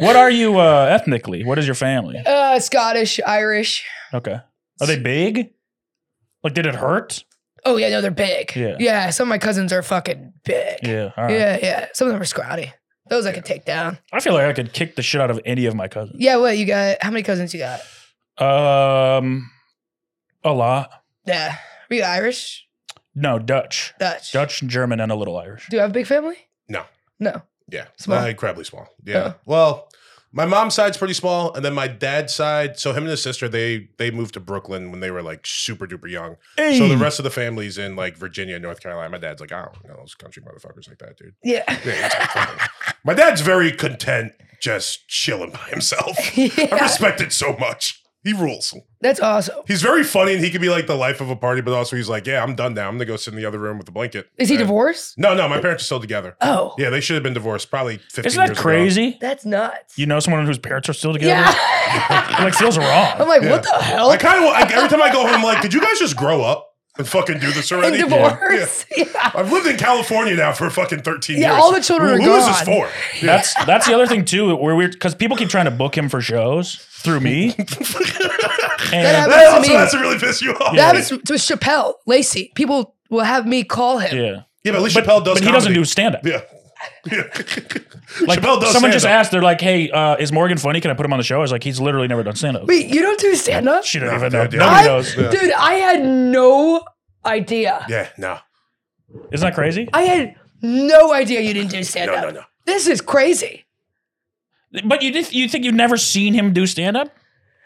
what are you uh, ethnically? What is your family?
Uh, Scottish, Irish.
Okay. Are they big? Like, did it hurt?
Oh yeah, no, they're big.
Yeah.
yeah. Some of my cousins are fucking big. Yeah,
Yeah. All right.
yeah. Some of them are scrawny. Those I could take down.
I feel like I could kick the shit out of any of my cousins.
Yeah, what you got? How many cousins you got?
Um, a lot.
Yeah, are you Irish,
No, Dutch,
Dutch?
Dutch, German, and a little Irish.
Do you have a big family?
No.
No.
Yeah,
Small?
Uh, incredibly small. Yeah.
Uh-huh.
Well, my mom's side's pretty small, and then my dad's side. So him and his sister, they they moved to Brooklyn when they were like super duper young. So the rest of the family's in like Virginia, North Carolina. My dad's like, I don't know those country motherfuckers like that, dude.
Yeah.
Yeah, it's like, fucking- my dad's very content, just chilling by himself. I
yeah.
respect it so much. He rules.
That's awesome.
He's very funny, and he could be like the life of a party, but also he's like, yeah, I'm done now. I'm gonna go sit in the other room with the blanket.
Is he
And-
divorced?
No, no, my parents are still together.
Oh,
Yeah, they should have been divorced probably 15
Isn't that
years ago.
crazy?
that's nuts.
You know someone whose parents are still together?
yeah.
It, like feels
I'm
wrong.
like,
Yeah.
what the hell?
I kind of like every time I go home, I'm like, could you guys just grow up and fucking do this
And
already?
divorce. Yeah. Yeah.
I've lived in California now for fucking 13
Yeah,
years.
all the children are
Who is this
gone.
for?
That's that's the other thing too. Where we're because people keep trying to book him for shows through me. and
That's
That also
me.
has to really piss you off.
That was to Chappelle, Lacey. People will have me call him.
yeah,
Yeah, but at least
but,
Chappelle does
but he doesn't
comedy.
do stand up.
Yeah. yeah.
Like
Chappelle does
someone just
stand-up.
asked, they're like, "Hey, uh, is Morgan funny? Can I put him on the show?" I was like, "He's literally never done stand up."
Wait, you don't do stand up?
She doesn't even
No,
know.
dude,
Nobody
I-
knows.
Yeah.
Dude, I had no idea.
Yeah, no.
Isn't that crazy?
I had no idea you didn't do stand up.
no, no.
This is crazy.
But you did, you think you've never seen him do stand up?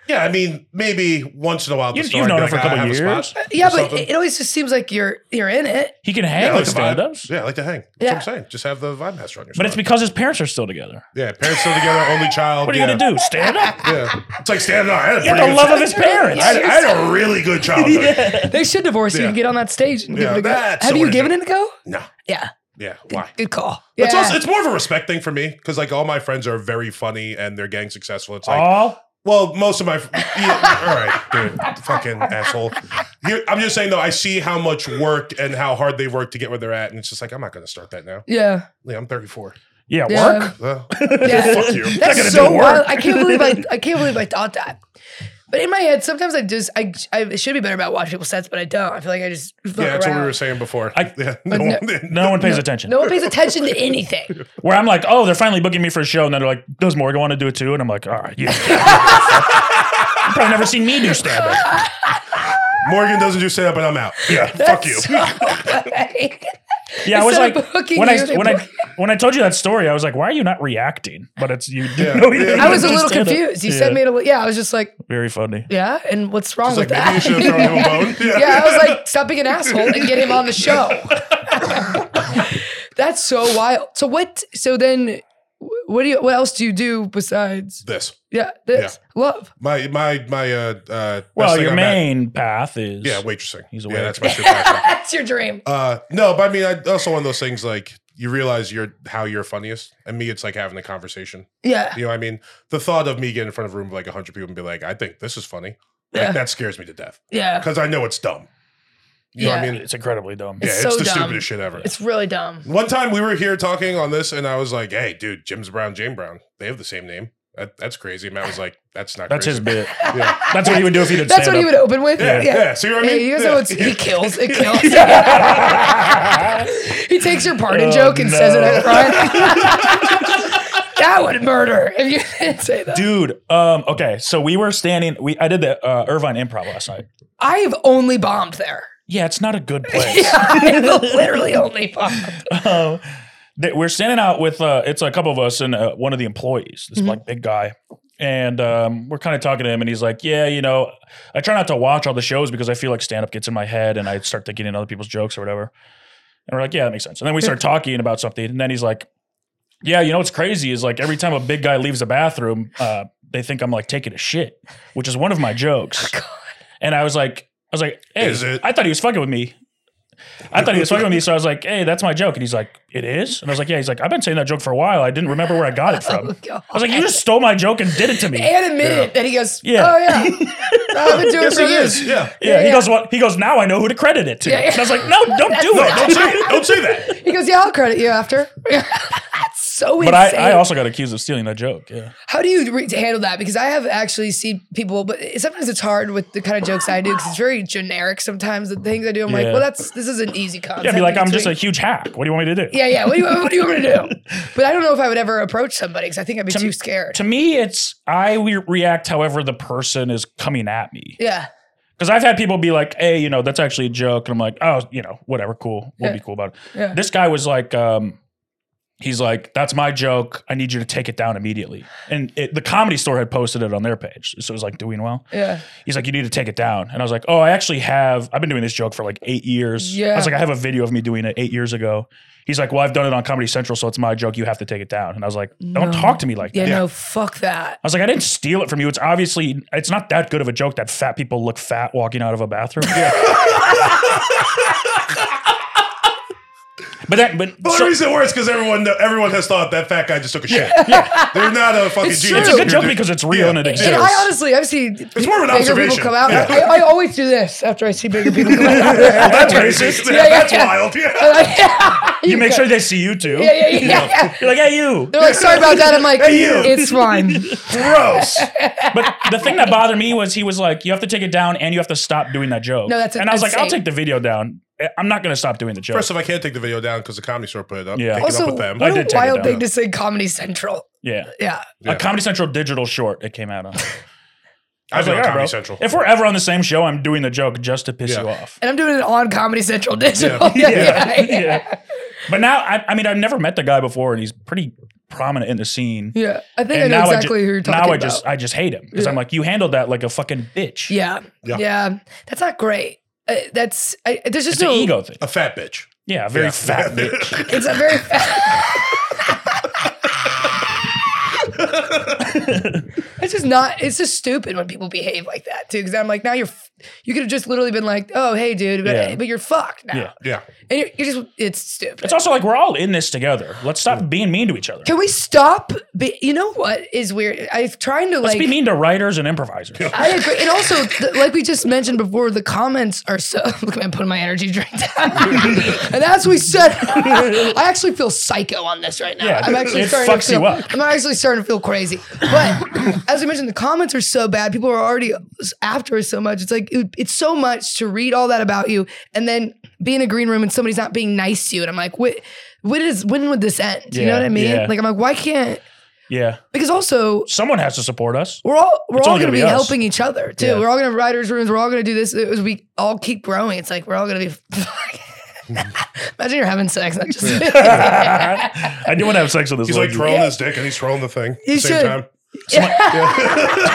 Yeah, I mean, maybe once in a while.
You-
the
you've
star
known
would
him
be
for a
like, "I
couple
have
years."
spot
Yeah,
or
but
something.
it, it always just seems like you're you're in it.
He can hang
Yeah, I
with
the vibe.
stand ups,
Yeah, I like to hang. That's
Yeah.
what I'm saying. Just have the vibe master on your
but it's
spot.
because his parents are still together.
Yeah, parents still together, only child.
What are you
yeah.
gonna do? Stand up?
Yeah. It's like standing up. I had a
You're the
pretty good
love
chi-
of his parents.
I, had- I had a really good childhood.
They should divorce you
Yeah.
and get on that stage and give
Yeah,
it a go.
that's
Have
the way
you
to
given
do
it a go?
No.
Yeah.
Yeah. Why?
Good call. Yeah.
It's also it's more of a respect thing for me because like all my friends are very funny and they're gang successful. It's like,
All
well, most of my yeah, all right, dude, fucking asshole. Here, I'm just saying though, I see how much work and how hard they've worked to get where they're at, and it's just like I'm not going to start that now.
yeah.
Yeah, I'm 34.
yeah,
Yeah.
work.
Well,
Yeah.
fuck you.
That's so wild. I can't believe I, I can't believe I thought that. But in my head, sometimes I just I I should be better about watching people's sets, but I don't. I feel like I just float
Yeah, that's what we
around.
were saying before.
I-
yeah, no,
no-
one-
No one pays attention.
No one pays attention to anything.
Where I'm like, oh, they're finally booking me for a show, and then they're like, does Morgan want to do it too? And I'm like, all right, yeah. You've probably never seen me do stand up.
Morgan doesn't do stand up, and I'm out. Yeah, fuck you.
So like-
Yeah, I was
Instead
like,
of booking
when
you,
I
they
when I
book-
when I told you that story, I was like, why are you not reacting? But it's you.
Yeah.
Didn't know you
Yeah.
didn't
I was a
do
little
stand-up.
confused. You
Yeah.
sent me to yeah. I was just like
very funny.
yeah, and what's wrong
It's
with
like maybe you
that?
should have thrown him a bone.
yeah, I was like stop being an asshole and get him on the show. That's so wild. So what? So then, wh- what do you? What else do you do besides
this.
yeah this love?
My my my uh uh best
Well,
thing
your
I'm at-
main path is
Yeah, waitressing.
He's a
yeah, that's
waitress.
my true passion.
That's your dream.
Uh no, but I mean I also one of those things like you realize you're how you're funniest. And me, it's like having a conversation.
Yeah,
You know what I mean? The thought of me getting in front of a room of like hundred people and be like, I think this is funny. Like
Yeah.
that scares me to death.
yeah.
Because I know it's dumb. You know what
Yeah.
I mean?
It's incredibly dumb.
Yeah,
It's
it's,
so
the
dumb.
stupidest shit ever.
It's really dumb.
One time we were here talking on this and I was like, Hey dude, Jim's Brown, James Brown, they have the same name. That, that's crazy. And Matt was like, That's not
That's
crazy.
his bit.
Yeah.
That's what he would do if he did
That's what
stand
he would open with.
Yeah, yeah. So you know what I
Hey,
mean?
you guys
Yeah.
know it's, he kills. It kills. he takes your pardon
Oh,
joke and says it
no.
up front. that would murder if you didn't say that.
Dude, um, okay, so we were standing. We I did the uh, Irvine Improv last night.
I've only bombed there.
Yeah, it's not a good place.
Yeah, I've literally only bombed.
Uh, that we're standing out with uh, it's a couple of us and uh, one of the employees, this like big guy, and um, we're kind of talking to him, and he's like, "Yeah, you know, I try not to watch all the shows because I feel like stand up gets in my head, and I start thinking in other people's jokes or whatever." And we're like, "Yeah, that makes sense." And then we start talking about something, and then he's like, Yeah, you know what's crazy is like every time a big guy leaves the bathroom, uh, they think I'm like taking a shit, which is one of my jokes. and I was like, I was like, hey,
Is it?
I thought he was fucking with me. I thought he was fucking with me, so I was like, hey, that's my joke. And he's like, it is? And I was like, yeah. He's like, I've been saying that joke for a while. I didn't remember where I got it from.
Oh, God.
I was like, you just stole my joke and did it to me.
And admit it. Then he goes,
Yeah.
Oh, yeah. I've been doing it
Yes,
for
it
years.
is. Yeah.
yeah, he
yeah.
goes, what? He goes, now I know who to credit it to.
Yeah, yeah.
And I was like, no, don't do it.
Don't say, don't say that.
He goes, Yeah, I'll credit you after. That's so
But
insane.
I, I also got accused of stealing that joke. Yeah.
How do you re- handle that? Because I have actually seen people, but it- sometimes it's hard with the kind of jokes I do because it's very generic. Sometimes the things I do, I'm like,
Yeah.
well, that's this is an easy concept.
Yeah, be like,
It's
I'm just a
very-
huge hack. What do you want me to do?
yeah, yeah. What do you what do you want me to do? But I don't know if I would ever approach somebody because I think I'd be
To
too
me-
scared.
To me, it's I re- react however the person is coming at me.
yeah,
Because I've had people be like, hey, you know, that's actually a joke. And I'm like, oh, you know, whatever, cool. We'll
Yeah.
be cool about it.
yeah.
This guy was like, um, he's like, that's my joke. I need you to take it down immediately. And it, the comedy store had posted it on their page. So it was like doing well.
yeah,
He's like, you need to take it down. And I was like, oh, I actually have, I've been doing this joke for like eight years. I
Yeah.
was like, I have a video of me doing it eight years ago. He's like, well, I've done it on Comedy Central, so it's my joke. You have to take it down. And I was like, don't
No.
talk to me like
yeah.
that.
No, fuck that.
I was like, I didn't steal it from you. It's obviously, it's not that good of a joke that fat people look fat walking out of a bathroom. but that, but,
But
so-
the reason it works because everyone kno- everyone has thought that fat guy just took a shit. They're not a fucking genius.
It's true.
it's a good
You're
joke
doing-
because it's real
Yeah.
and it exists.
And I honestly, I've seen it's
more of an
bigger people
observation.
come out.
Yeah.
I, I always do this after I see bigger people come out.
Well, that's racist.
Yeah, yeah,
That's
yeah.
wild. Yeah.
You make sure they see you too.
Yeah, yeah, yeah.
You're like, hey, you.
They're like, sorry about that. I'm like,
Hey, you.
it's fine.
Gross.
But the thing that bothered me was he was like, you have to take it down and you have to stop doing that joke.
No, that's
and I was like, I'll
insane.
take the video down. Eh, I'm not going to stop doing the joke.
First off, I can't take the video down because the comedy store put it up.
Yeah.
Take it
Also,
up with them.
I
what
did
a
take it
wild
down,
thing
though.
to say Comedy Central.
yeah.
Yeah.
Yeah.
A Comedy Central digital short it came out on.
I was
like,
on
"All right,
Comedy
bro.
Central.
If we're ever on the same show, I'm doing the joke just to piss
Yeah.
you off.
And I'm doing it on Comedy Central Digital. Yeah.
yeah.
Yeah. yeah.
yeah. But now, I, I mean, I've never met the guy before, and he's pretty prominent in the scene.
Yeah. I think
And
I know
now
exactly
I ju-
who you're talking
now I
about.
just, I just hate him because I'm like, you handled that like a fucking bitch.
yeah. yeah.
Yeah.
That's not great. Uh, that's, I, there's just
it's
no
an ego thing.
a fat bitch.
Yeah, a very
Yeah.
fat bitch.
It's a very, it's just not, it's just stupid when people behave like that too. Cause I'm like, now you're, f- you could have just literally been like, oh, hey, dude, but,
Yeah.
but you're fucked now.
Yeah.
Yeah.
And you're, you're just, it's stupid.
It's also like we're all in this together. Let's stop being mean to each other.
Can we stop? Be- you know what is weird? I'm trying to
Let's
like.
be mean to writers and improvisers.
I agree. And also, th- like we just mentioned before, the comments are so. Look, I'm putting my energy drink down. and as we said, I actually feel psycho on this right now.
Yeah,
I'm actually
it
starting
fucks
to feel,
you up.
I'm actually starting to feel crazy. But as we mentioned, the comments are so bad. People are already after us so much. It's like it- it's so much to read all that about you, and then be in a green room and somebody's not being nice to you. And I'm like, what? When is when would this end? you know
Yeah,
what I mean?
yeah.
Like I'm like, why can't?
Yeah.
Because also
Someone has to support us.
we're all we're
It's
all
only
going to
gonna
be
be us.
helping each other too.
Yeah.
We're all going to have writers' rooms. We're all going to do this as we all keep growing. It's like we're all going to be. Imagine you're having sex, not just.
I do want to have sex with this.
He's like
lady.
twirling his dick and he's twirling the thing. at
You
the same
should.
time.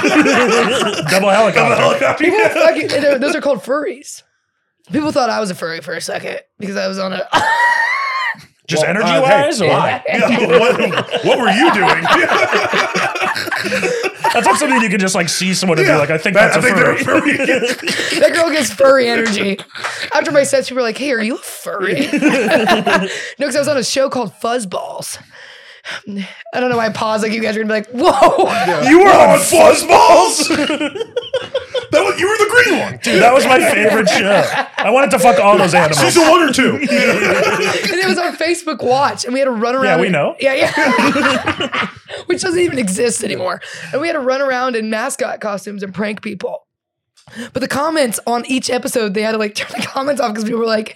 double helicopter.
People fucking- they're- those are called furries. People thought I was a furry for a second because I was on a.
Just
Well, uh,
energy
hey,
wise, or
why? Yeah, what, what were you doing?
that's not something you can just like see someone and be like, I think
That-
that's a furry.
they're furry.
that girl gets furry energy. After my sets, people were like, "Hey, are you a furry?" no, because I was on a show called Fuzzballs. I don't know why I paused. Like you guys are gonna be like, "Whoa!"
You were on Fuzzballs. that was you were the green one.
Dude, that was my favorite show. I wanted to fuck all those animals.
Season one or two.
and it was our Facebook Watch, and we had to run
Yeah,
around.
we
and-
know.
Yeah, yeah. Which doesn't even exist anymore. And we had to run around in mascot costumes and prank people. But the comments on each episode, they had to like turn the comments off because people were like,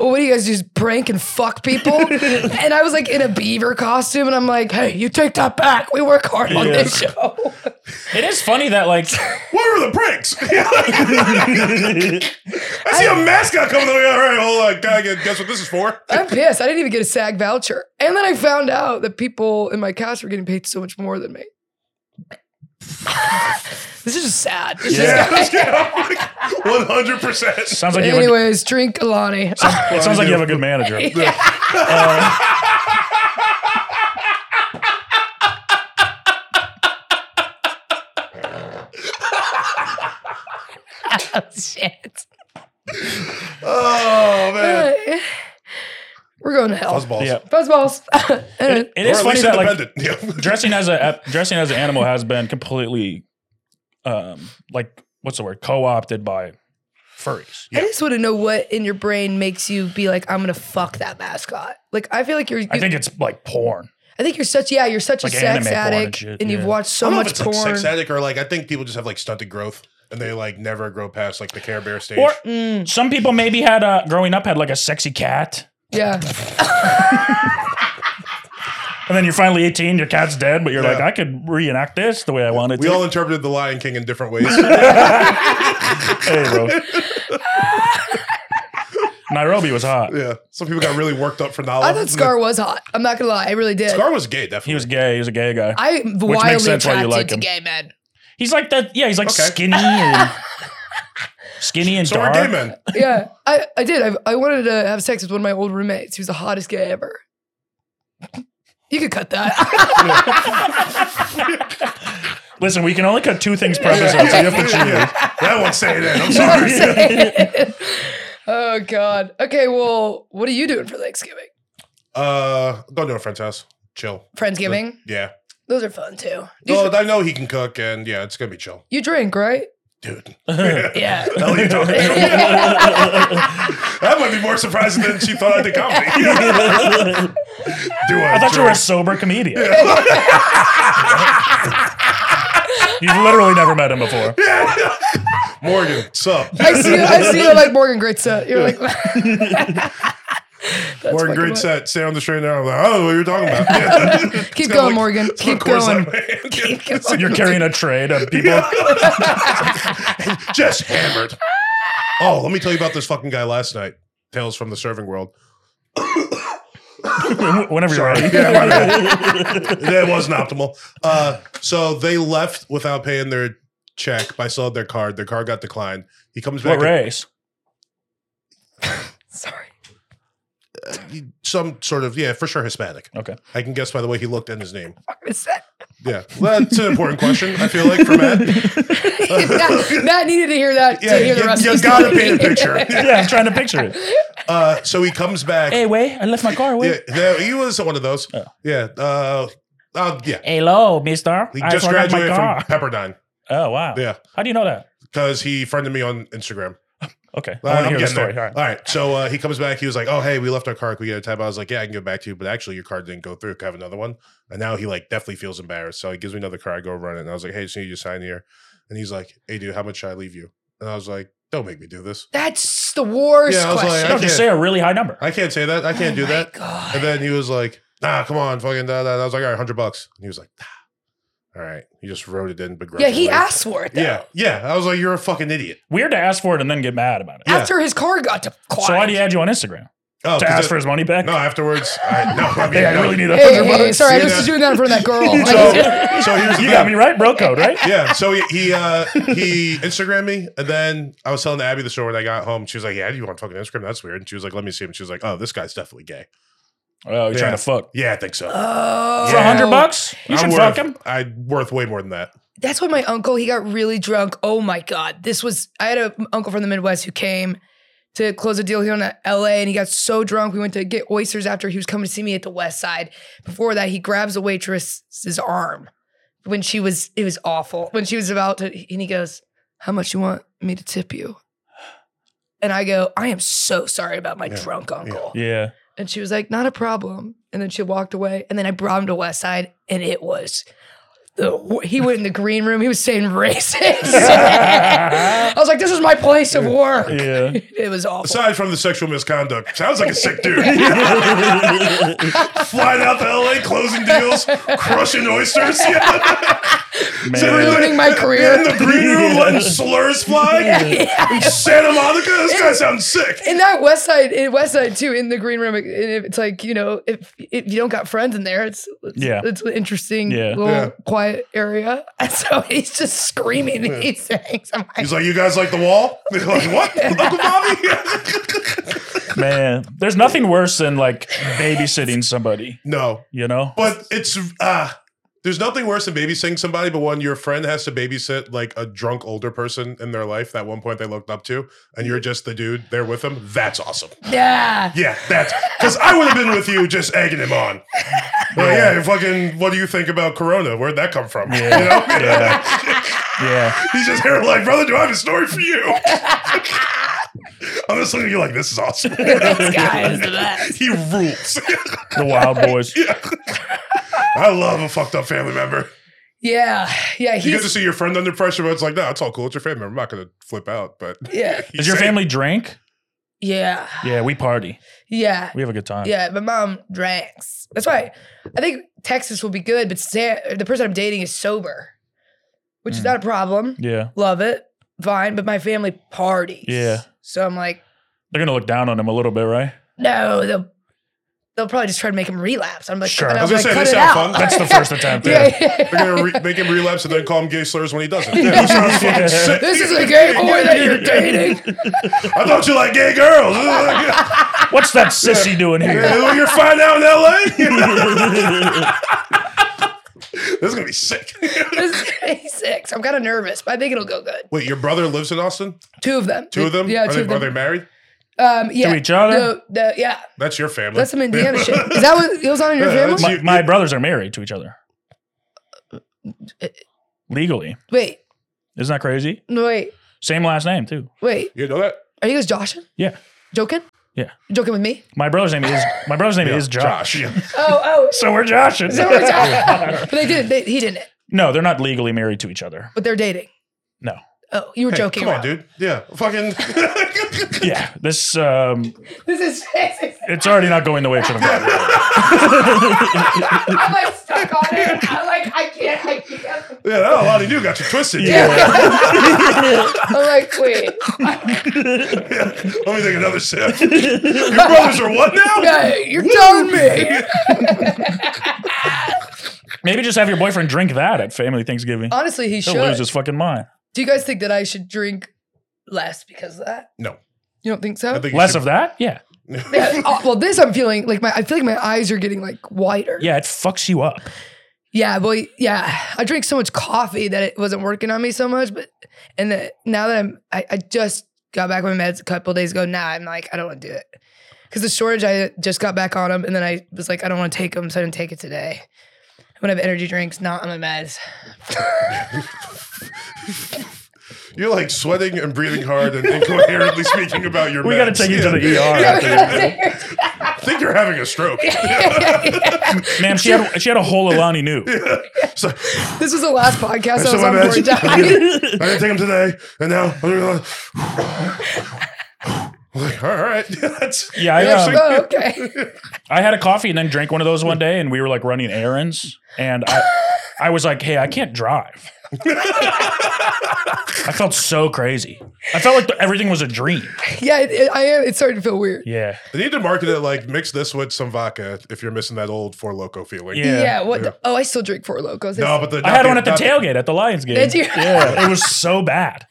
well, what do you guys do? Just prank and fuck people? and I was like in a beaver costume, and I'm like, hey, you take that back. We work hard on
Yeah.
this show.
It is funny that like
Where were the pranks? I see a mascot coming over. All right, hold on. Gotta get- guess what this is for?
I'm pissed. I didn't even get a SAG voucher. And then I found out that people in my cast were getting paid so much more than me. this is just sad. This is
Yeah. One hundred percent.
sounds like you Oh, have a,
Anyways, drink Alani.
Uh, it sounds like you have a good manager.
Oh,
Fuzzball.
Fuzzballs.
Yeah.
Fuzzballs. Anyway.
It is
Or at
funny
least
that like
independent. Yeah.
dressing as a dressing as an animal has been completely, um, like what's the word, co-opted by furries.
I just want to know what in your brain makes you be like, I'm gonna fuck that mascot. Like I feel like you're. You,
I think it's like porn.
you're such. Yeah, you're such
Like
a sex
anime porn and
addict,
shit,
and you've
yeah.
watched so
I don't know if
much
it's
porn.
like sex addict or like I think people just have like stunted growth and they like never grow past like the Care Bear stage.
Or some people maybe had a growing up had like a sexy cat,
yeah,
and then you're finally 18, your cat's dead, but you're like,
Yeah.
I could reenact this the way I wanted
we
to.
all interpreted the Lion King in different ways.
Hey, bro. Nairobi was hot.
yeah, some people got really worked up for knowledge.
I thought Scar was hot. I'm not gonna lie, I really did.
Scar was gay,
He
definitely.
was gay. He was a gay guy.
I'm
makes
wildly
sense why you
attracted
like
to
him.
gay men.
He's like that. Yeah, he's like
Okay.
skinny and skinny and
so
dark.
we're gay men.
Yeah, I, I did. I, I wanted to have sex with one of my old roommates who's the hottest gay ever. You could cut that.
Listen, we can only cut two things per episode.
Yeah,
so you have to
yeah,
choose.
yeah. That one's saying that. I'm
I'm
sorry.
saying. oh God. Okay. Well, what are you doing for Thanksgiving?
uh, going to a friend's house, chill.
Friendsgiving.
Yeah.
Those are fun too. You,
Well, I know he can cook, and yeah, it's gonna be chill,
you drink, right?
dude.
Yeah.
Hell, you talking to him? That might be more surprising than she thought I did comedy. Do I?
I thought you were a sober comedian. You've literally never met him before.
Morgan. Sup?
I see. You, I see. You like Morgan Great set. You're like.
Morgan,
fucking
great
what-
set. Stay on the straight and narrow. I'm like, I don't know what you're talking about. Yeah.
Keep
kinda
going,
like-
Morgan.
it's
Keep
like Coors
going.
Light.
Keep going.
You're carrying a tray to people.
Just hammered. Oh, let me tell you about this fucking guy last night. Tales from the Serving World.
Whenever you're
Sorry.
ready.
Yeah, my bad. that wasn't optimal. Uh, so they left without paying their check. I sold their card. Their card got declined. He comes back.
What race?
Sorry.
Some sort of yeah, for sure Hispanic.
Okay.
I can guess by the way he looked and his name.
Fucking set.
Yeah, well, that's an important question. I feel like for Matt.
Matt, Matt needed to hear that
Yeah,
to hear
you,
the rest
you
of the
gotta
story.
paint a picture.
Yeah, I'm trying to picture it.
Uh, so he comes back.
Hey, wait, I left my car.
Yeah,
Wait.
no, he was one of those.
Oh.
Yeah. Uh, uh, yeah.
Hello, mister.
He
I
just
forgot my
graduated from
car.
Pepperdine.
Oh, wow.
Yeah,
How do you know that?
because he friended me on Instagram.
Okay. I
Uh,
want
I'm
to hear the
getting
story.
there.
All right.
All right. So uh, he comes back. He was like, "Oh, hey, we left our car. Can we get a tab?" I was like, "Yeah, I can get back to you, but actually, your card didn't go through. Can I have another one?" And now he like definitely feels embarrassed. So he gives me another car. I go run it, and I was like, "Hey, I just need you to sign here." And he's like, "Hey, dude, how much should I leave you?" And I was like, "Don't make me do this.
That's the worst
Yeah, I was like,
question. Oh
No, just say a really high number.
I can't say that. I can't do that."
God.
And then he was like, "Nah, come on, fucking da da." And I was like, "All right, hundred bucks." And he was like, "Nah." "All right." He just wrote it in
Yeah, he
begrudgingly.
asked for it. Though.
Yeah, yeah. I was like, "You're a fucking idiot."
Weird to ask for it and then get mad about it.
Yeah.
After his car got to
So why do you add you on Instagram?
Oh,
To
'cause
ask
it-
for his money back?
no. Afterwards, I, no. I mean,
Hey, I
no.
really need a
Hey,
hundred
hey,
bucks.
sorry, I
Yeah.
was just doing that in front of that girl.
So,
I-
so here's the
You
thing.
got me right, bro code, right?
yeah. So he he, uh, he Instagrammed me, and then I was telling Abby the story when I got home. She was like, "Yeah, do you want fucking Instagram? That's weird." And she was like, "Let me see him." She was like, "Oh, this guy's definitely gay."
Oh, you're
Yeah.
trying to fuck.
Yeah, I think so.
oh,
For a hundred bucks? You should
I'm
fuck
worth,
him.
I'm worth way more than that.
That's when my uncle he got really drunk. Oh my god, this was I had an uncle from the Midwest who came to close a deal here in L.A. and he got so drunk. We went to get oysters after he was coming to see me at the West Side. Before that, he grabs a waitress's arm when she was it was awful when she was about to and he goes, "How much you want me to tip you?" And I go, "I am so sorry about my drunk uncle."
Yeah.
And she was like, not a problem. And then she walked away. And then I brought him to West Side, and it was. The, he went in the green room. He was saying racist. I was like, "This is my place of work."
Yeah.
It was awful.
Aside from the sexual misconduct, sounds like a sick dude. Flying out to LA, closing deals, crushing oysters.
Man.
Ruining my career.
in the green room, letting slurs fly. In Santa Monica, this guy sounds sick.
in that West Side, in West Side too, in the green room, it- it- it's like you know, if, if you don't got friends in there, it's, it's
Yeah.
it's an interesting
Yeah.
little
Yeah.
quiet area. And so he's just screaming these things. I'm like,
He's like, you guys like the wall? They're like, what? Uncle Bobby?
Man. There's nothing worse than like babysitting somebody,
no,
you know?
but it's uh There's nothing worse than babysitting somebody, but when your friend has to babysit like a drunk older person in their life that one point they looked up to, and you're just the dude there with them, that's awesome.
Yeah.
Yeah, that's because I would have been with you just egging him on. Well, yeah, fucking. What do you think about Corona? Where'd that come from?
Yeah.
You know?
Yeah. yeah.
He's just here like, brother, do I have a story for you? I'm just looking at you like, this is awesome.
This guy is the best.
he rules.
The Wild Boys.
I love a fucked up family member.
Yeah. Yeah.
You get to
He's,
see your friend under pressure, but it's like, nah, it's all cool. It's your family. member. I'm not gonna flip out, but
yeah.
Does your
Same.
family drink?
Yeah.
Yeah, we party.
Yeah.
We have a good time.
Yeah, my mom drinks. That's why I think Texas will be good, but Sam, the person I'm dating is sober, which is
Mm.
not a problem.
Yeah.
Love it. Fine. But my family parties.
Yeah.
So I'm like,
They're going to look down on him a little bit, right?
no, they'll, they'll probably just try to make him relapse. I'm like,
Sure.
and
I
I was
I'm
gonna say they
like, "Cut it
sound fun.
out."
That's the first attempt. Yeah.
yeah. yeah.
They're gonna re- make him relapse and then call him gay slurs when he doesn't. Yeah,
Yeah.
that sounds fucking sick.
This is a gay boy that you're dating.
I thought you like gay girls. yeah,
What's that sissy doing here?
what you're fine out in LA? this is gonna be sick.
This is gay six. I'm kind of nervous, but I think it'll go good.
Wait, your brother lives in Austin?
Two of them.
Two of them?
Yeah,
are,
two
they,
of
are they
them.
married?
Um, yeah.
each other?
The, the, yeah.
That's your family.
That's some Indiana shit. Is that what it was on in your
Yeah,
family?
that's-
My, my brothers are married to each other. Uh, Legally.
Wait,
Isn't that crazy?
no, wait,
Same last name, too.
wait.
you know that?
Are you guys joshing?
Yeah.
Joking?
Yeah.
You joking with me?
My brother's name is my brother's name is Josh.
Oh,
So we're Joshing.
oh. but they didn't. They, he didn't.
no, they're not legally married to each other.
But they're dating.
No.
Oh, you were
Hey,
joking.
Come on,
around.
dude. Yeah. Fucking
Yeah. This um
This is.
it's already not going the way it should have gone.
I'm like stuck on it. I'm like I can't. I can't.
Yeah, that a lot of you got you twisted.
I'm like wait.
Let me take another sip. Your brothers are what now?
Yeah, you're telling me.
Maybe just have your boyfriend drink that at family Thanksgiving.
Honestly, he
He'll
Oh, should.
lose his fucking mind.
Do you guys think that I should drink less because of that?
No.
You don't think so?
I think you
Less
should-
of that? Yeah.
Yeah, oh, well, this I'm feeling like my. I feel like my eyes are getting like whiter.
Yeah, it fucks you up.
Yeah, boy. Yeah, I drank so much coffee that it wasn't working on me so much. But and the, now that I'm, I, I just got back on my meds a couple days ago. Now I'm like, I don't want to do it because the shortage. I just got back on them, and then I was like, I don't want to take them, so I didn't take it today. I'm gonna have energy drinks, not on my meds.
You're like sweating and breathing hard and incoherently speaking about your
We got to
meds.
take you to
Yeah.
the ER. after this.
I think you're having a stroke.
Ma'am, she had she had a whole Alani new.
So,
This was the last podcast I
so
was
my
on
meds.
before I
I
died.
didn't take them today, and now I'm gonna- like, all right. That's
Yeah, I, um,
oh, okay.
I had a coffee and then drank one of those one day, and we were like running errands, and I, I was like, "Hey, I can't drive." I felt so crazy. I felt like everything was a dream.
Yeah, it, it- I am. It's starting to feel weird.
Yeah,
They need to market it like mix this with some vodka if you're missing that old four loco feeling.
Yeah.
Yeah. what? the- oh, I still drink Four Locos.
No, but the
I had
not
one at the
not
tailgate at the Lions game.
Did you?
Yeah, it was so bad.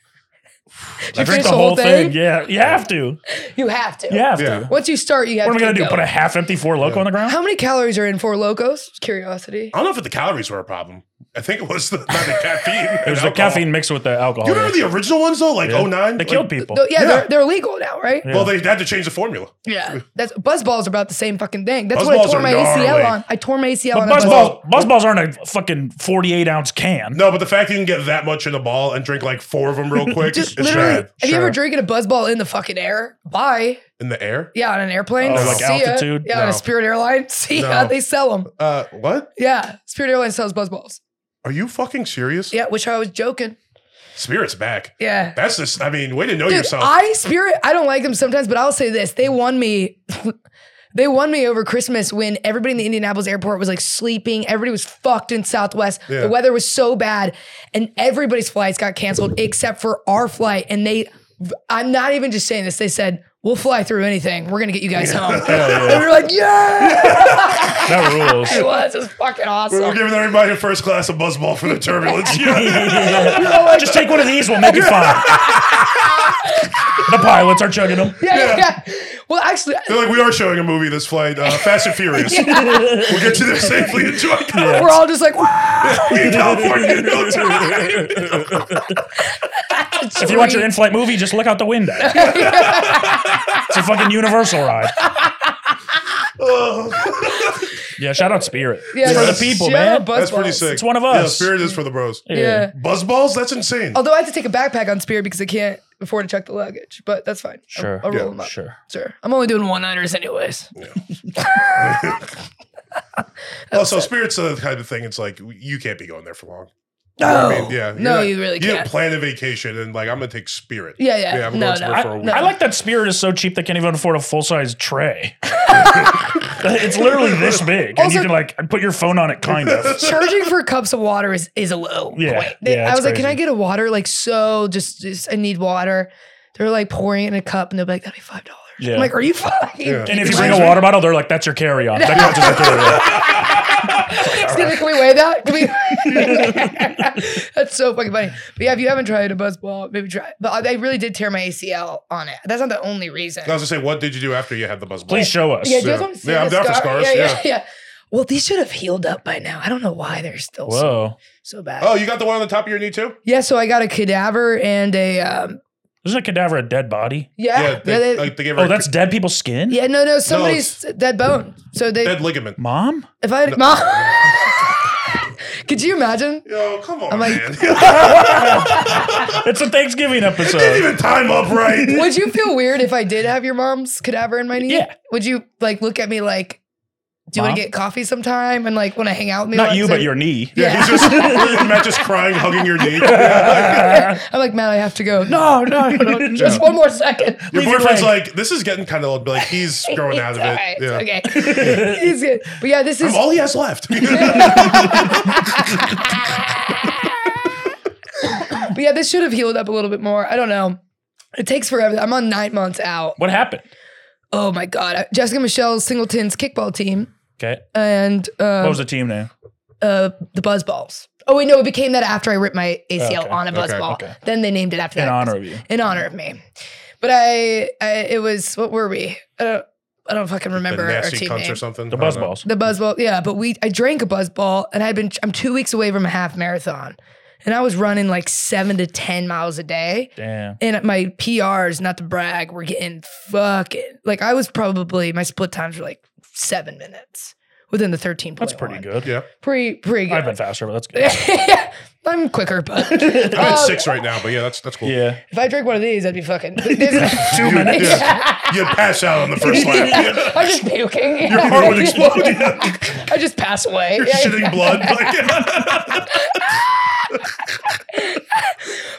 I
you
drank
finish
the
the
whole
whole
thing.
thing?
Yeah, you have to.
you have to.
You have
Yeah.
to.
Once you start, you have
What am I
to.
gonna do?
keep
Put a
going.
half-empty four loco on the ground?
How many calories are in Four Locos? Just Curiosity.
I don't know if the calories were a problem. I think it was the, not the caffeine.
It was the caffeine mixed with the alcohol.
You remember the original ones though, like
Yeah.
oh nine.
They killed people.
No, yeah,
Yeah.
They're, they're illegal now, right?
Yeah.
Well, they had to change the formula.
Yeah. That's buzzballs are about the same fucking thing. That's
Buzz
what I
balls
tore
are
my ACL
gnarly.
on. I tore my ACL
But
on
buzz
a
balls, buzz balls aren't a fucking forty-eight ounce can.
No, but the fact that you can get that much in a ball and drink like four of them real quick
Just
is
literally,
rad.
have you ever
Sure.
drinking a buzzball in the fucking air? Bye.
in the air.
Yeah, on an airplane.
Oh, like
See ya.
altitude?
Yeah, on
No.
a Spirit airline. See ya.
No.
They sell them.
Uh, what?
Yeah, Spirit Airlines sells buzzballs.
Are you fucking serious?
Yeah, which I was joking.
Spirit's back.
Yeah.
That's just. I mean, way to know
Dude,
yourself.
I Spirit, I don't like them sometimes, but I'll say this: they won me. they won me over Christmas when everybody in the Indianapolis airport was like sleeping. Everybody was fucked in Southwest.
Yeah.
The weather was so bad, and everybody's flights got canceled except for our flight. And they, I'm not even just saying this. They said. We'll fly through anything. We're gonna get you guys home. And we were like, yeah,
That rules.
it was. It was fucking awesome.
We're giving everybody a first class of buzzball for the turbulence. Yeah.
Just take one of these, we'll make it fine. the pilots are chugging them.
Yeah.
yeah, yeah. Well, actually,
They're like, we are showing a movie this flight, uh, Fast and Furious. We'll get you there safely. Enjoy
we're all just like, "Wow."
California. No time.
If you want your in-flight movie, just look out the window. it's a fucking universal ride. yeah, shout out Spirit.
Yeah,
It's for the
just
people,
shut
man.
up, buzz
That's pretty
balls.
sick.
It's one of
Yeah,
us.
Spirit is for the bros.
Yeah.
Buzzballs? That's insane.
Although I have to take a backpack on Spirit because I can't afford to check the luggage, but that's fine. I'll-
Sure.
I'll, roll
Yeah,
them up.
Sure.
Sure. I'm only doing one nighters anyways.
Also, Spirit's the type of thing. It's like you can't be going there for long.
No.
I mean, yeah.
Oh. No,
you're
you really
You didn't
can't.
plan a vacation and like I'm gonna take Spirit.
Yeah, yeah.
Yeah, I'm
No,
going somewhere
no,
for a week.
no.
I like that Spirit is so cheap they can't even afford a full size tray. it's literally this big, and you
Also-
can like put your phone on it, kind of.
Charging for cups of water is is a low.
Yeah,
point. They-
yeah,
I
it's
was like, can
crazy.
I get a water? Like, so just, just I need water. They're like pouring it in a cup, and they're like, that'd be five dollars.
Yeah.
I'm like, are you fucking?
Yeah.
And if you bring a water bottle, they're like, "That's your carry-on." That counts as a carry-on.
Excuse me, can we weigh that? Can we? That's so fucking funny. But yeah, if you haven't tried a buzzball, maybe try. it. But I, I really did tear my ACL on it. That's not the only reason.
I was gonna say, what did you do after you had the buzz?
Please show us.
yeah, do you guys
yeah.
want to see
Yeah, I'm
the
down for
scar?
scars,
Yeah,
yeah.
yeah, yeah. Well, these should have healed up by now. I don't know why they're still so,
Whoa!
so bad.
Oh, you got the one on the top of your knee too?
Yeah, so I got a cadaver and a um,
Isn't a cadaver a dead body?
yeah, yeah,
they,
they-
like they gave her
Oh,
a
that's dead people's skin.
yeah, no, no, somebody's dead bone. So they,
dead ligament.
Mom.
if I had, mom, could you imagine?
Yo, come on,
I'm like-
man. you
It's a Thanksgiving
didn't
episode.
even time up right.
Would you feel weird if I did have your mom's cadaver in my knee?
Yeah.
Would you like look at me like, do you want
Mom?
to get coffee sometime and like want to hang out with me?
Not
once?
you, but
And-
your knee.
yeah.
He's just Matt just crying, hugging your knee. Yeah.
I'm like, man, I have to go. No, no, no, just one more second.
Your
Leave your
boyfriend's
leg.
like, this is getting kind of old, but like he's growing out of it.
All right,
yeah.
okay. He's good. But yeah, this is
All he has left.
but yeah, this should have healed up a little bit more. I don't know. It takes forever. I'm on nine months out.
What happened?
Oh my god. Jessica Michelle's Singleton's kickball team
Okay.
and
What
um,
was the team name?
uh, the buzz balls. Oh wait, no, it became that after I ripped my ACL
Okay,
on a buzz
okay,
ball.
okay.
Then they named it after
In
that.
honor of you.
in honor of me. But I, I it was what were we? I don't I don't fucking
The
remember our
nasty
team
cunts
name.
or something.
The
I don't
buzz
know.
balls.
The buzzball, yeah. But we I drank a buzzball and I'd been I'm two weeks away from a half marathon. And I was running like seven to ten miles a day.
Damn.
And my PRs, not to brag, were getting fucking like I was probably my split times were like seven minutes within the thirteen.
That's pretty good.
Yeah.
Pretty pretty
I've
good.
been faster, but that's good.
I'm quicker, but
I'm at
Um,
six right now, but yeah, that's that's cool.
Yeah.
if I drink one of these, I'd be fucking.
Two minutes.
you pass out on the first lap. Yeah.
I'm just puking.
Your heart would explode. Yeah.
I just pass away.
You're
Yeah.
shitting blood. Like,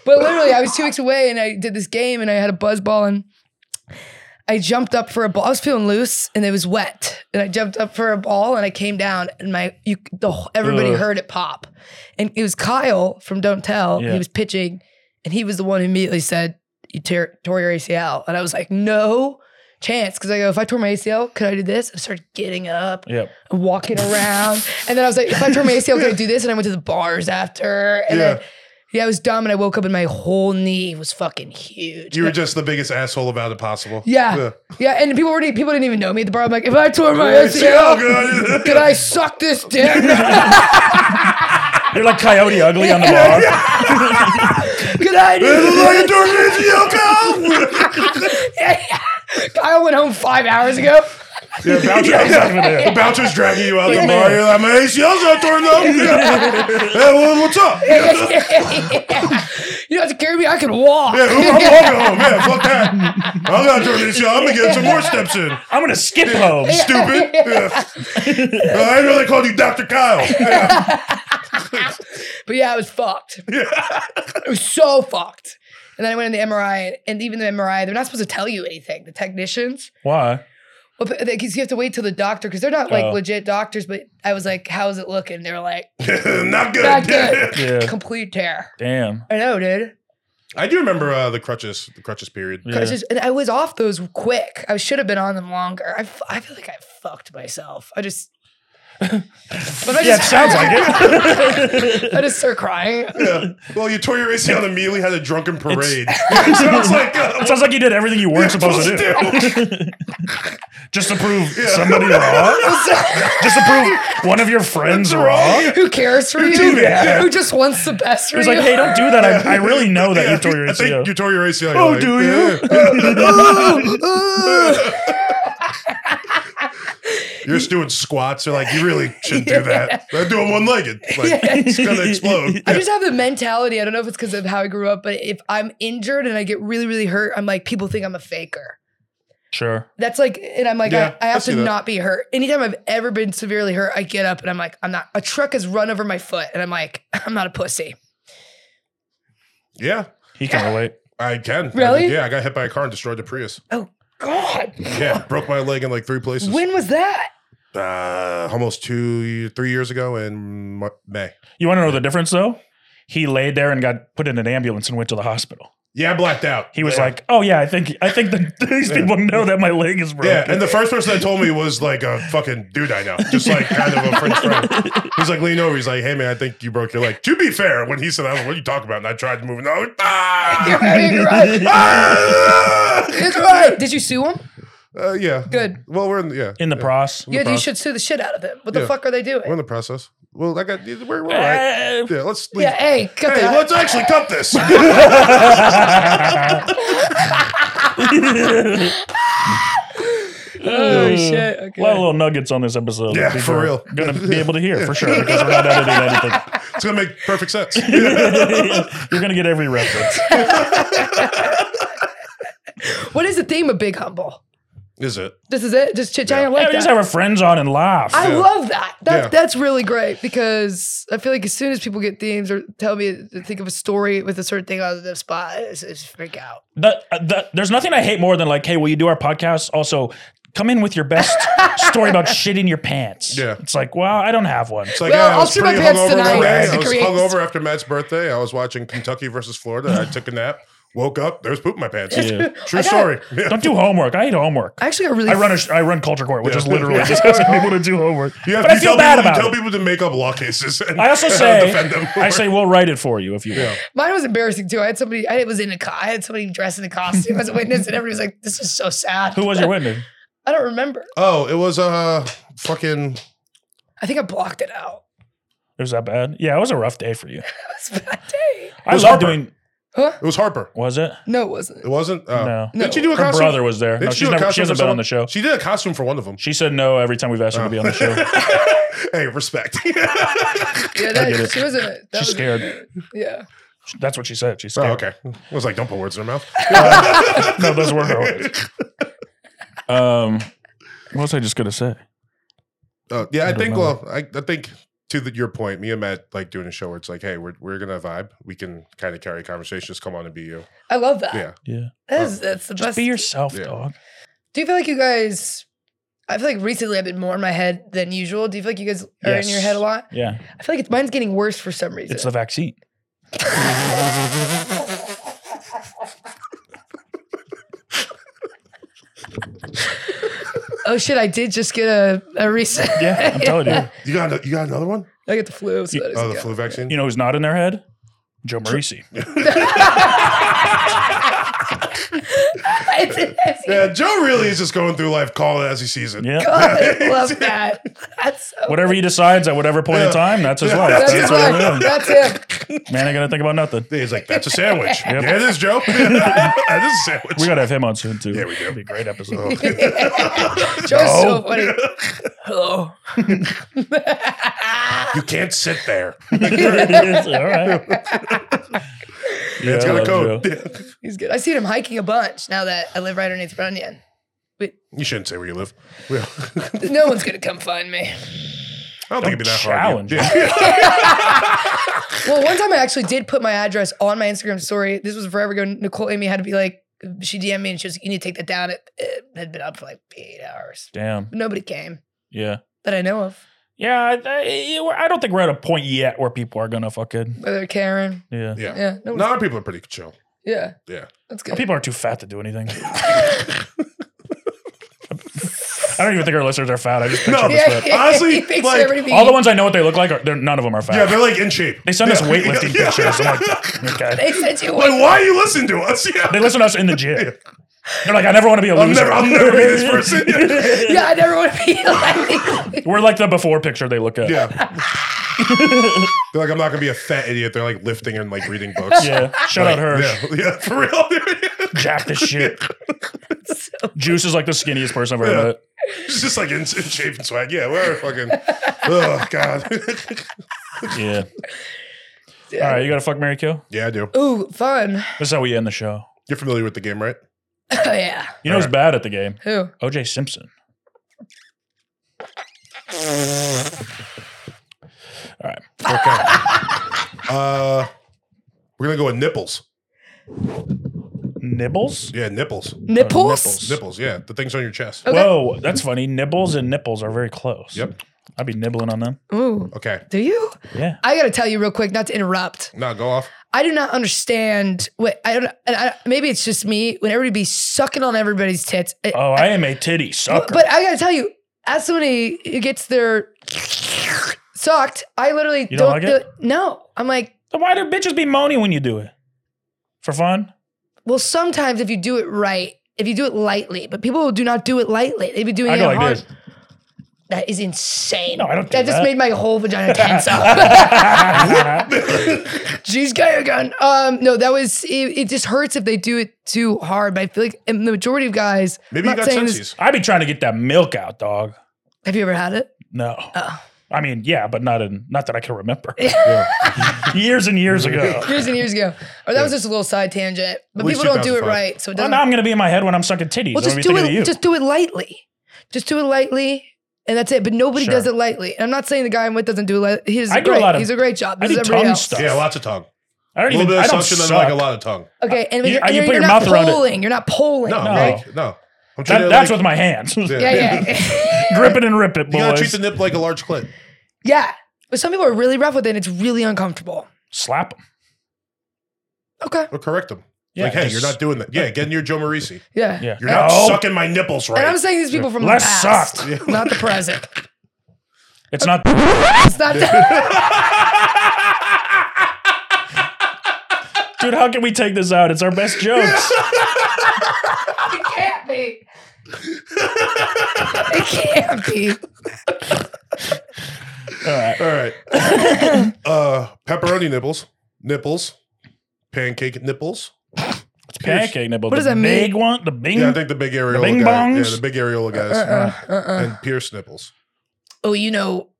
But literally, I was two weeks away and I did this game and I had a buzz ball and I jumped up for a ball. I was feeling loose and it was wet. And I jumped up for a ball and I came down and my you the wh- everybody
Ugh.
heard it pop. And it was Kyle from Don't Tell.
Yeah.
He was pitching and he was the one who immediately said, You tear, tore your ACL. And I was like, No chance. Cause I go, If I tore my ACL, could I do this? And I started getting up.
Yep.
walking around. and then I was like, if I tore my ACL, could I do this? And I went to the bars after. And
Yeah.
then, yeah, I was dumb. And I woke up and my whole knee was fucking huge.
you were just the biggest asshole about it possible.
yeah.
Yeah.
yeah. And people already, people didn't even know me at the bar. I'm like, if I tore my
Oh,
ACL,
God.
could I suck this dick?
You're like Coyote Ugly on the bar.
could I do
Look at Dorothy, Yoko.
Kyle went home five hours ago.
Yeah, bouncer, the bouncer's dragging you out the bar. You're like, my ACL's not torn up. Yeah. Hey, well, what's up? Yeah,
You don't have to carry me. I can walk.
yeah, I'm walking home. Yeah, fuck that. I'm not torn ACL. I'm gonna get some more steps in.
I'm gonna skip home.
Stupid. Yeah. Well, I didn't really called you Dr. Kyle. Yeah.
But yeah, I was fucked. it was so fucked. And then I went in the MRI, and even the MRI, they're not supposed to tell you anything. The technicians,
Why?
Well, but- because you have to wait till the doctor because they're not like
Oh.
legit doctors. But I was like, "How's it looking?" They're like,
not good.
"Not good,
Yeah.
complete tear."
Damn.
I know, dude.
I do remember uh, the crutches, the crutches period.
Yeah.
'Cause just- and I was off those quick. I should have been on them longer. I, f- I feel like I fucked myself. I just But I
Yeah, it
just,
sounds like it.
I just start crying.
Yeah. Well, you tore your ACL and immediately had a drunken parade. sounds like uh,
It sounds like you did everything you weren't supposed to do. Just to prove somebody wrong. Just to prove one of your friends wrong.
Who cares for you? Who just wants the best for
It was
you?
like, hey, don't do that. I, I really know that you tore your
I think you
ACL.
tore your ACL. You're
Oh,
like,
do you?
You're just doing squats. You're like, you really shouldn't do that. I'm doing one legged. Like, it's gonna explode.
I just have the mentality. I don't know if it's because of how I grew up, but if I'm injured and I get really, really hurt, I'm like, people think I'm a faker.
Sure.
That's like, and I'm like,
Yeah,
I, I
I
have
see
to
that.
not be hurt. Anytime I've ever been severely hurt, I get up and I'm like, I'm not. A truck has run over my foot, and I'm like, I'm not a pussy.
Yeah,
He can relate.
I can. I mean,
Really?
yeah, I got hit by a car and destroyed the Prius.
Oh God,
Yeah, broke my leg in like three places.
when was that?
uh, almost two, three years ago in Mar- May.
You want to know the difference, though? He laid there and got put in an ambulance and went to the hospital.
Yeah, I blacked out.
He was
Yeah.
like, "Oh yeah, I think I think that these people know that my leg is broken."
Yeah, and the first person that told me was like a fucking dude I know, just like kind of a French friend. He's like lean over. He's like, "Hey man, I think you broke your leg." To be fair, when he said, that, "I was like, what are you talking about?" and I tried to move, no,
You're
ah!
right, you're right. It's right. Did you sue him?
uh, yeah,
Good.
Well, we're in, the, yeah,
in the pros.
Yeah, you
process.
should sue the shit out of them. What the
Yeah.
fuck are they doing?
we're in the process. Well, I got we're, we're all right.
Eh,
Yeah, let's. Leave.
yeah, hey, cut
Hey,
that.
let's actually cut this.
oh shit. Okay.
A lot of little nuggets on this episode.
Yeah,
that people
for
are
real.
Gonna be able to hear for sure because we're not editing
it's gonna make perfect sense.
anything. You're gonna get every reference.
what is the theme of Big Humble?
Is it?
This is it. Just chit chat
Yeah,
like
we just
that.
have our friends on and laugh.
I
Yeah.
love that. That
Yeah.
that's really great because I feel like as soon as people get themes or tell me to think of a story with a certain thing out of the spot, it's, it's freak out.
The- uh, the- there's nothing I hate more than like, hey, will you do our podcast? Also, come in with your best story about shit in your pants.
Yeah.
It's like, well, I don't have one.
It's like,
Well,
yeah, I
I'll
was
shoot my
pretty
pants
hungover.
tonight.
one day.
Right.
I was
Creates-
hungover after Matt's birthday. I was watching Kentucky versus Florida. I took a nap, woke up. There's poop in my pants. True story. Yeah.
Don't do homework. I hate homework.
I actually got really
I run a sh- I run culture court, which
Yeah.
is literally just asking people to do homework.
You have-
but I
you
feel
tell
bad
people,
about
you tell
it.
people to make up law cases. And
I also say
defend them.
I say we'll write it for you if you want.
mine was embarrassing too. I had somebody I was in a co- I had somebody dressed in a costume as a witness and everybody was like, This is so sad.
Who was your witness?
I don't remember.
Oh, it was uh fucking
I think I blocked it out.
It was that bad? Yeah, it was a rough day for you.
It was a bad day.
I
was
love
Harper.
doing.
Huh?
it was Harper.
Was it?
No, it wasn't.
It wasn't uh,
No.
Did she do a
Her
costume?
brother was there. No,
Didn't she
she's
do a
never, she
costume
hasn't
for
been
someone?
on the show.
She did a costume for one of them.
She said no every time we've asked her to be on the show.
hey, respect.
Yeah,
I get
that,
it.
she was a that
She's
was
scared.
yeah.
That's what she said. She's
oh,
scared.
okay. I was like, don't put words in her mouth.
no, those were her words. Um, what was I just gonna say?
Uh, yeah, I
don't
think.
know.
Well, I, I think to the, your point, me and Matt like doing a show where it's like, hey, we're we're gonna vibe. We can kind of carry conversations. Just come on and be you.
I love that.
Yeah.
Yeah,
That's, that's the best.
be yourself,
Yeah.
dog.
Do you feel like you guys? I feel like recently I've been more in my head than usual. Do you feel like you guys are in your
Yes.
head a lot?
Yeah,
I feel like it's, mine's getting worse for some reason.
it's the vaccine.
oh shit! I did just get a, a reset.
Yeah, I'm telling you.
You got ano- you got another one?
I get the flu. So that doesn't
Oh, the
count.
flu vaccine.
You know who's not in their head? Joe Marisi.
I did-
yeah, Joe really is just going through life calling it as he sees it.
Yeah.
God, I love that. That's so.
Whatever he decides at whatever point in time, that's his life.
That's, his
what
life.
I'm doing.
That's it.
Man ain't gonna think about nothing.
He's like, that's a sandwich. Yeah, it is, Joe. that is a sandwich.
We gotta have him on soon too.
Yeah, we do.
That'd be a great episode.
Joe's so funny. Oh, Hello.
you can't sit there.
It's like, All right. Yeah,
It's
I
got a
love
code.
Joe.
Yeah.
He's good. I've seen him hiking a bunch now that I live right underneath Runyon.
You shouldn't say where you live. Yeah.
No one's gonna come find me.
I don't think it'd be that
Challenge.
hard. Yeah.
Well, one time I actually did put my address on my Instagram story. This was forever ago. Nicole Amy had to be like, she DM'd me and she was like, you need to take that down. It, it had been up for like eight hours.
Damn.
But nobody came
Yeah.
that I know of.
Yeah. I, I- I don't think we're at a point yet where people are gonna fucking.
Whether Karen.
Yeah.
Yeah.
Yeah. No,
No, our people are pretty chill.
yeah.
Yeah.
That's good.
People are too fat to do anything. I don't even think our listeners are fat. I just picture
No.
this
Yeah.
fit.
Honestly,
he thinks
like,
everybody-
All the ones I know what they look like are they're- none of them are fat.
Yeah, they're like in shape.
they send us
Yeah.
weightlifting
Yeah.
pictures. I'm like, okay.
they sent you.
Like, why are you listening to us? Yeah.
They listen to us in the gym. They're like, I never want to be a
I'll
loser.
never, I'll never be this person. Yeah.
Yeah, I never want to be like.
We're like the before picture they look at.
Yeah.
They're like, I'm not gonna be a fat idiot. They're like lifting and like reading books.
Yeah. Shout out her.
Yeah, yeah, for real. dude.
Jack the shit. Juice is like the skinniest person I've ever
Yeah.
met.
It's just like in, in shape and swag. Yeah, we're fucking. Oh god.
Yeah. All right, you got to fuck Mary Kill?
Yeah, I do.
Ooh, fun.
This is how we end the show.
You're familiar with the game, right?
Oh yeah.
You know who's bad at the game?
Who?
OJ Simpson. All right.
Uh, we're gonna go with nipples.
Nibbles?
Yeah, nipples.
Nipples.
Nipples. Yeah, the things on your chest.
Okay.
Whoa, that's funny. Nibbles and nipples are very close.
Yep.
I'd be nibbling on them.
Ooh.
Okay.
Do you?
Yeah.
I gotta tell you real quick, not to interrupt.
Now go off.
I do not understand what I don't. And I, maybe it's just me. When everybody be sucking on everybody's tits, I-
Oh, I am a titty sucker.
But I gotta tell you, as somebody who gets their sucked, I literally
You don't like
do
it?
No, I'm like,
Then Why do bitches be moaning when you do it? For fun?
well, sometimes if you do it right, if you do it lightly, but people do not do it lightly. They be doing
I
it
go like
hard.
this.
That is insane.
No, I don't do
That just
that.
made my whole vagina tense up. Jeez, got your gun. Um, no, that was it, it. Just hurts if they do it too hard. But I feel like in the majority of guys.
Maybe
I'm
you
not
got
saying this-
sensies.
I be trying to get that milk out, dog.
Have you ever had it?
No.
Oh.
I mean, yeah, but not in not that I can remember. years and years ago.
Years and years ago. Or that was just a little side tangent. But
At least
people don't do it
2005.
right, so it
Well,
doesn't.
now I'm gonna be in my head when I'm sucking titties.
Well,
I'm gonna
just
be
do
thinking of you.
it. Just do it lightly. Just do it lightly, and that's it. But nobody does
Sure.
it lightly. And I'm not saying the guy I'm with doesn't do it. Lightly. He's
I do a
great.
lot of-
he's a great job.
I
This is
do
everybody
tongue
else.
stuff.
Yeah, lots of tongue.
I don't
A little
even.
bit of
I don't
suction and like a
suck.
lot of tongue.
Okay, and,
You- you
you're, and
put
you're
your
not
mouth around it.
pulling. You're not pulling.
No,
No.
Like, no. I'm
That-
treating it
that's
like-
with my hands. Grip
Yeah, yeah, yeah.
it and rip it,
You gotta treat
boys.
the nip like a large clit.
yeah. But some people are really rough with it. and It's really uncomfortable.
Slap them.
Okay.
Or correct them.
Yeah,
like, hey,
just-
you're not doing that. Yeah, get in your Joe Marisi.
Yeah.
Yeah.
You're not
No,
sucking my nipples
And
right.
I'm saying these people from
Less
the past,
sucked.
not the present.
It's not.
It's not.
Dude, how can we take this out? It's our best jokes.
it can't be. it can't be.
All right. uh, pepperoni nipples, nipples, pancake nipples.
It's pancake nibble.
What does
the
that mean?
Big one. The big.
Yeah, I think the big areola
bing
guy.
bongs? Uh,
Yeah, the big areola guys.
Uh-uh.
And pierced nipples.
oh, you know,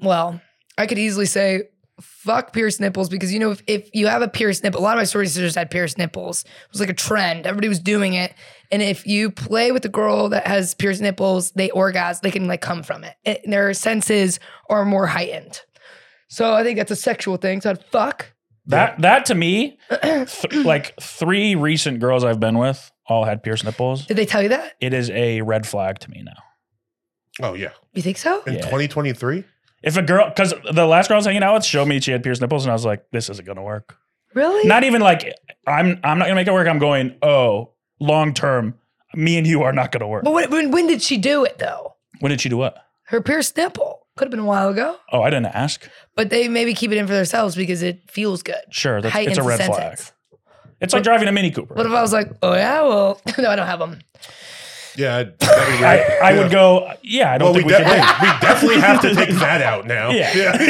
well, I could easily say fuck pierced nipples because you know if, if you have a pierced nipple, a lot of my sorority sisters had pierced nipples. It was like a trend. Everybody was doing it. And if you play with a girl that has pierced nipples, they orgasm. They can like come from it. And their senses are more heightened. So I think that's a sexual thing. So I'd fuck.
That that to me, th- like three recent girls I've been with all had pierced nipples.
Did they tell you that?
It is a red flag to me now.
Oh, yeah.
You think so?
In
Yeah.
2023?
If a girl, because the last girl I was hanging out with showed me she had pierced nipples, and I was like, this isn't gonna work.
Really?
Not even like I'm. I'm not gonna make it work. I'm going. Oh, long term, me and you are not gonna work.
but when, when, when did she do it though?
When did she do what?
Her pierced nipple. Could have been a while ago.
Oh, I didn't ask.
But they maybe keep it in for themselves because it feels good.
Sure, that's, it's
Heightens
a
the
red flag.
sentence.
It's like driving a Mini Cooper.
What if I was like, oh yeah, well, no, I don't have them.
Yeah. I'd- that'd be
I,
weird.
I
Yeah.
would go. Yeah, I don't
Well, we,
think we,
de-
can.
we definitely have to take that out now.
Yeah.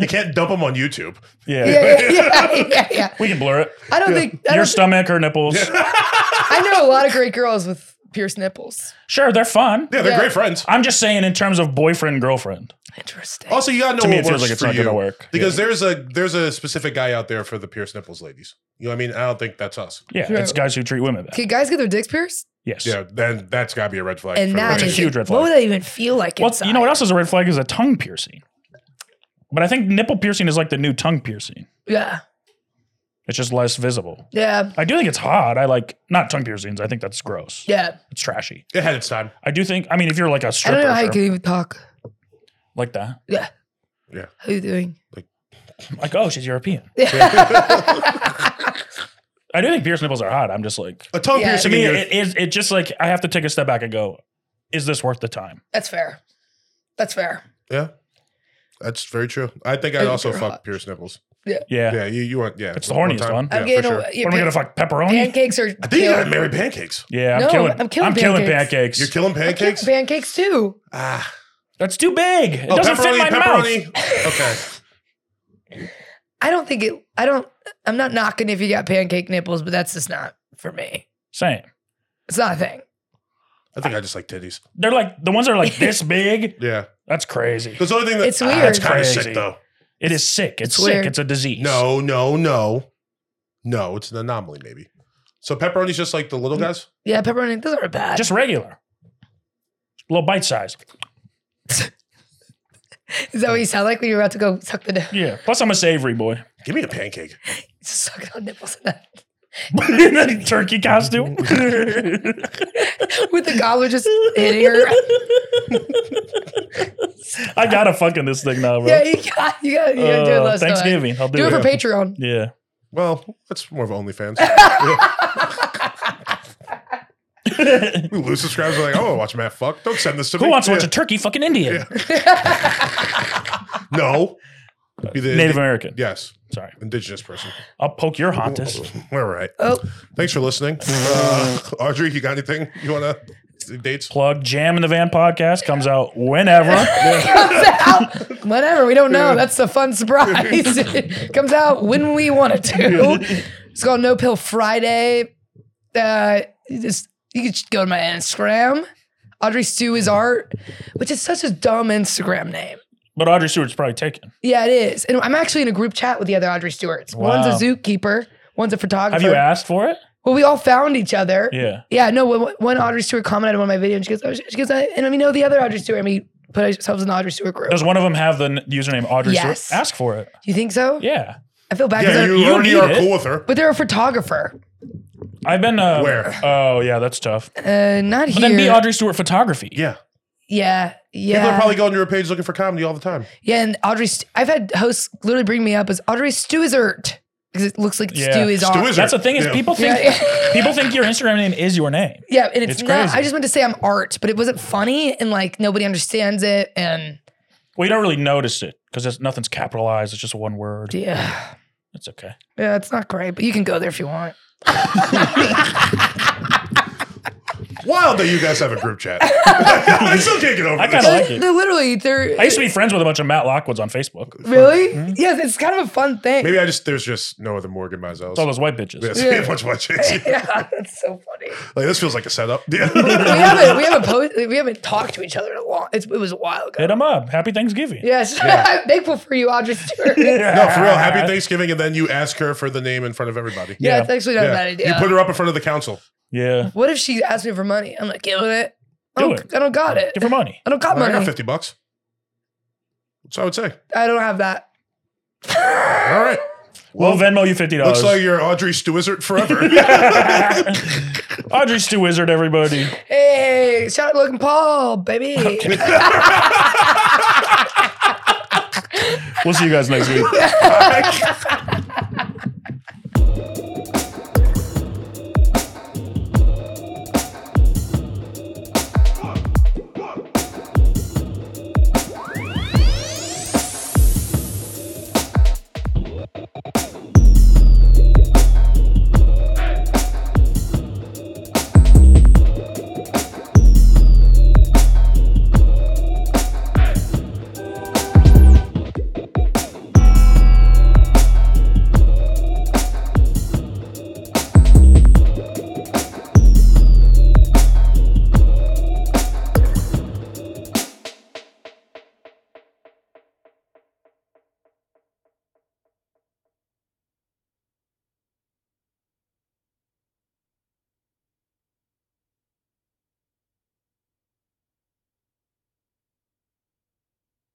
you can't dump them on YouTube.
Yeah.
Yeah, yeah, yeah, yeah, yeah.
we can blur it.
I don't think I,
Your
don't
stomach, her nipples.
think- I know a lot of great girls with pierced nipples.
Sure, they're fun.
Yeah, they're
Yeah.
great friends.
I'm just saying in terms of boyfriend girlfriend.
Interesting.
Also, you gotta know
To me,
what
it feels
Oh, works
like it's
for
not
you
gonna work.
because there's a there's a specific guy out there for the pierced nipples ladies. You know what I mean? I don't think that's us.
Yeah,
Sure.
it's guys who treat women bad.
Can guys get their dicks pierced?
Yes.
Yeah, then that's gotta be a red flag.
And
for
that
a
is
relationship.
huge red
What
flag.
would that even feel like?
Well,
inside?
you know what else is a red flag is a tongue piercing. But I think nipple piercing is like the new tongue piercing.
Yeah,
It's just less visible.
yeah,
I do think it's hot. I like not tongue piercings. I think that's gross.
yeah.
It's trashy.
it had its time.
I do think. I mean, if you're like a
I
stripper,
don't know how you
sure.
can even talk.
like that,
Yeah.
Yeah.
How you doing?
like oh, she's European. I do think pierced nipples are hot. I'm just like
A tongue
Yeah.
to
piercing in
me,
your
it is. It just like I have to take a step back and go. is this worth the time?
That's fair. That's fair.
Yeah. That's very true. I think I'd
And
also
you're
fuck
hot.
Pierce nipples.
Yeah.
Yeah, you, you want yeah.
It's the
one
horniest
time.
one.
Yeah,
I'm
for
getting
sure.
away.
What am I gonna fuck pepperoni?
pancakes are.
I think you
killer.
gotta marry pancakes.
Yeah, I'm
No,
killing.
I'm killing pancakes.
pancakes.
You're killing
I can't-
pancakes?
pancakes too.
ah.
That's too big.
Oh,
Oh,
It doesn't fit my mouth.
Okay.
I don't think it. I don't. I'm not knocking if you got pancake nipples, but that's just not for me.
Same.
It's not a thing.
I think I just like titties.
They're like the ones that are like this big.
Yeah.
That's crazy.
There's only thing that
It's
Ah,
weird.
that's kind of
Crazy.
sick though.
It is sick. It's,
It's
sick.
weird.
It's a disease.
No, no, no. No, it's an anomaly, maybe. So pepperoni's just like the
Mm.
little guys?
Yeah, pepperoni. Those aren't bad.
just regular, little bite size.
Is that what you sound like when you're about to go suck the nip-
Yeah. Plus, I'm a savory boy.
Give me a pancake.
suck on nipples in that-
Turkey costume.
with the gobbler just hitting her?
I gotta fucking this thing now, bro.
Yeah, you got. You got. You got to do it.
Uh,
Last
Thanksgiving. I'll do,
Do it for
it.
Patreon.
yeah.
Well, that's more of OnlyFans. Who lose subscribers are like, I want to watch Matt fuck. Don't send this to me.
Who wants to watch a
Yeah.
turkey fucking Indian?
No. Be the-
Native American.
Yes.
Sorry.
Indigenous person.
I'll poke your hontess.
All right.
Oh,
Thanks for listening. Uh, Audrey, you got anything you want to dates?
Plug Jam in the Van podcast comes out whenever.
whatever. We don't know. That's a fun surprise. it comes out when we want it to. It's called No Pill Friday. Uh, you just you can just go to my Instagram. Audrey Stew is art, which is such a dumb Instagram name.
But Audrey Stewart's probably taken.
Yeah, it is. And I'm actually in a group chat with the other Audrey Stewarts.
Wow.
One's a zookeeper. One's a photographer.
Have you asked for it?
Well, we all found each other.
Yeah.
Yeah, no, when, when Audrey Stewart commented on one of my videos, and she goes, oh, she goes, I, and we know the other Audrey Stewart, and we put ourselves in the Audrey Stewart group.
Does one of them have the n- username Audrey
Yes.
Stewart? Ask for it.
you think so?
Yeah.
I feel bad. 'cause
Yeah,
I-
you,
you
already
need
are
it.
cool with her.
but they're a photographer.
I've been. Uh,
Where?
Oh, yeah, that's tough. But
Uh, not here.
then be Audrey Stewart Photography.
Yeah.
Yeah,
People are
yeah,
probably going to her page looking for comedy all the time.
yeah. And Audrey, St- I've had hosts literally bring me up as Audrey Stewart because it looks like
Yeah.
Stew is
Stu
art.
is
That's
her.
the thing is
Yeah.
people think
Yeah,
people think your Instagram name is your name.
yeah, and it's,
It's
not.
crazy.
I just meant to say I'm art, but it wasn't funny, and like nobody understands it, and
Well, you don't really notice it because nothing's capitalized. It's just one word.
yeah,
It's okay.
yeah, it's not great. But you can go there if you want.
Wild that you guys have a group chat. I still can't get over
I
this.
kinda- like it.
They're literally they're
I used to be friends with a bunch of Matt Lockwoods on Facebook. It's
Really? Yes, it's kind of a fun thing.
Maybe I just there's just no other Morgan Mizell.
all those white bitches.
Yes,
Yeah.
much more chicks.
yeah, that's so funny.
Like this feels like a setup. Yeah.
We haven't we haven't post, we haven't talked to each other in a long. It's, it was a while ago.
Hit them up. Happy Thanksgiving.
Yes, I'm thankful for you, Audrey Stewart. yeah,
no, for real. Happy Thanksgiving, and then you ask her for the name in front of everybody.
Yeah.
it's actually not
Yeah.
a bad idea.
You put her up in front of the council.
Yeah.
what if she asked me for money? I'm like, give it. I
Do
don't,
it.
I don't got it.
Give her money.
I don't got
I got
money.
fifty bucks. So I would say.
I don't have that.
All right.
We'll Venmo you fifty dollars.
Looks like you're Audrey Stewart forever.
Audrey Stew Wizard, everybody.
Hey, shout out Logan Paul, baby.
We'll see you guys next week.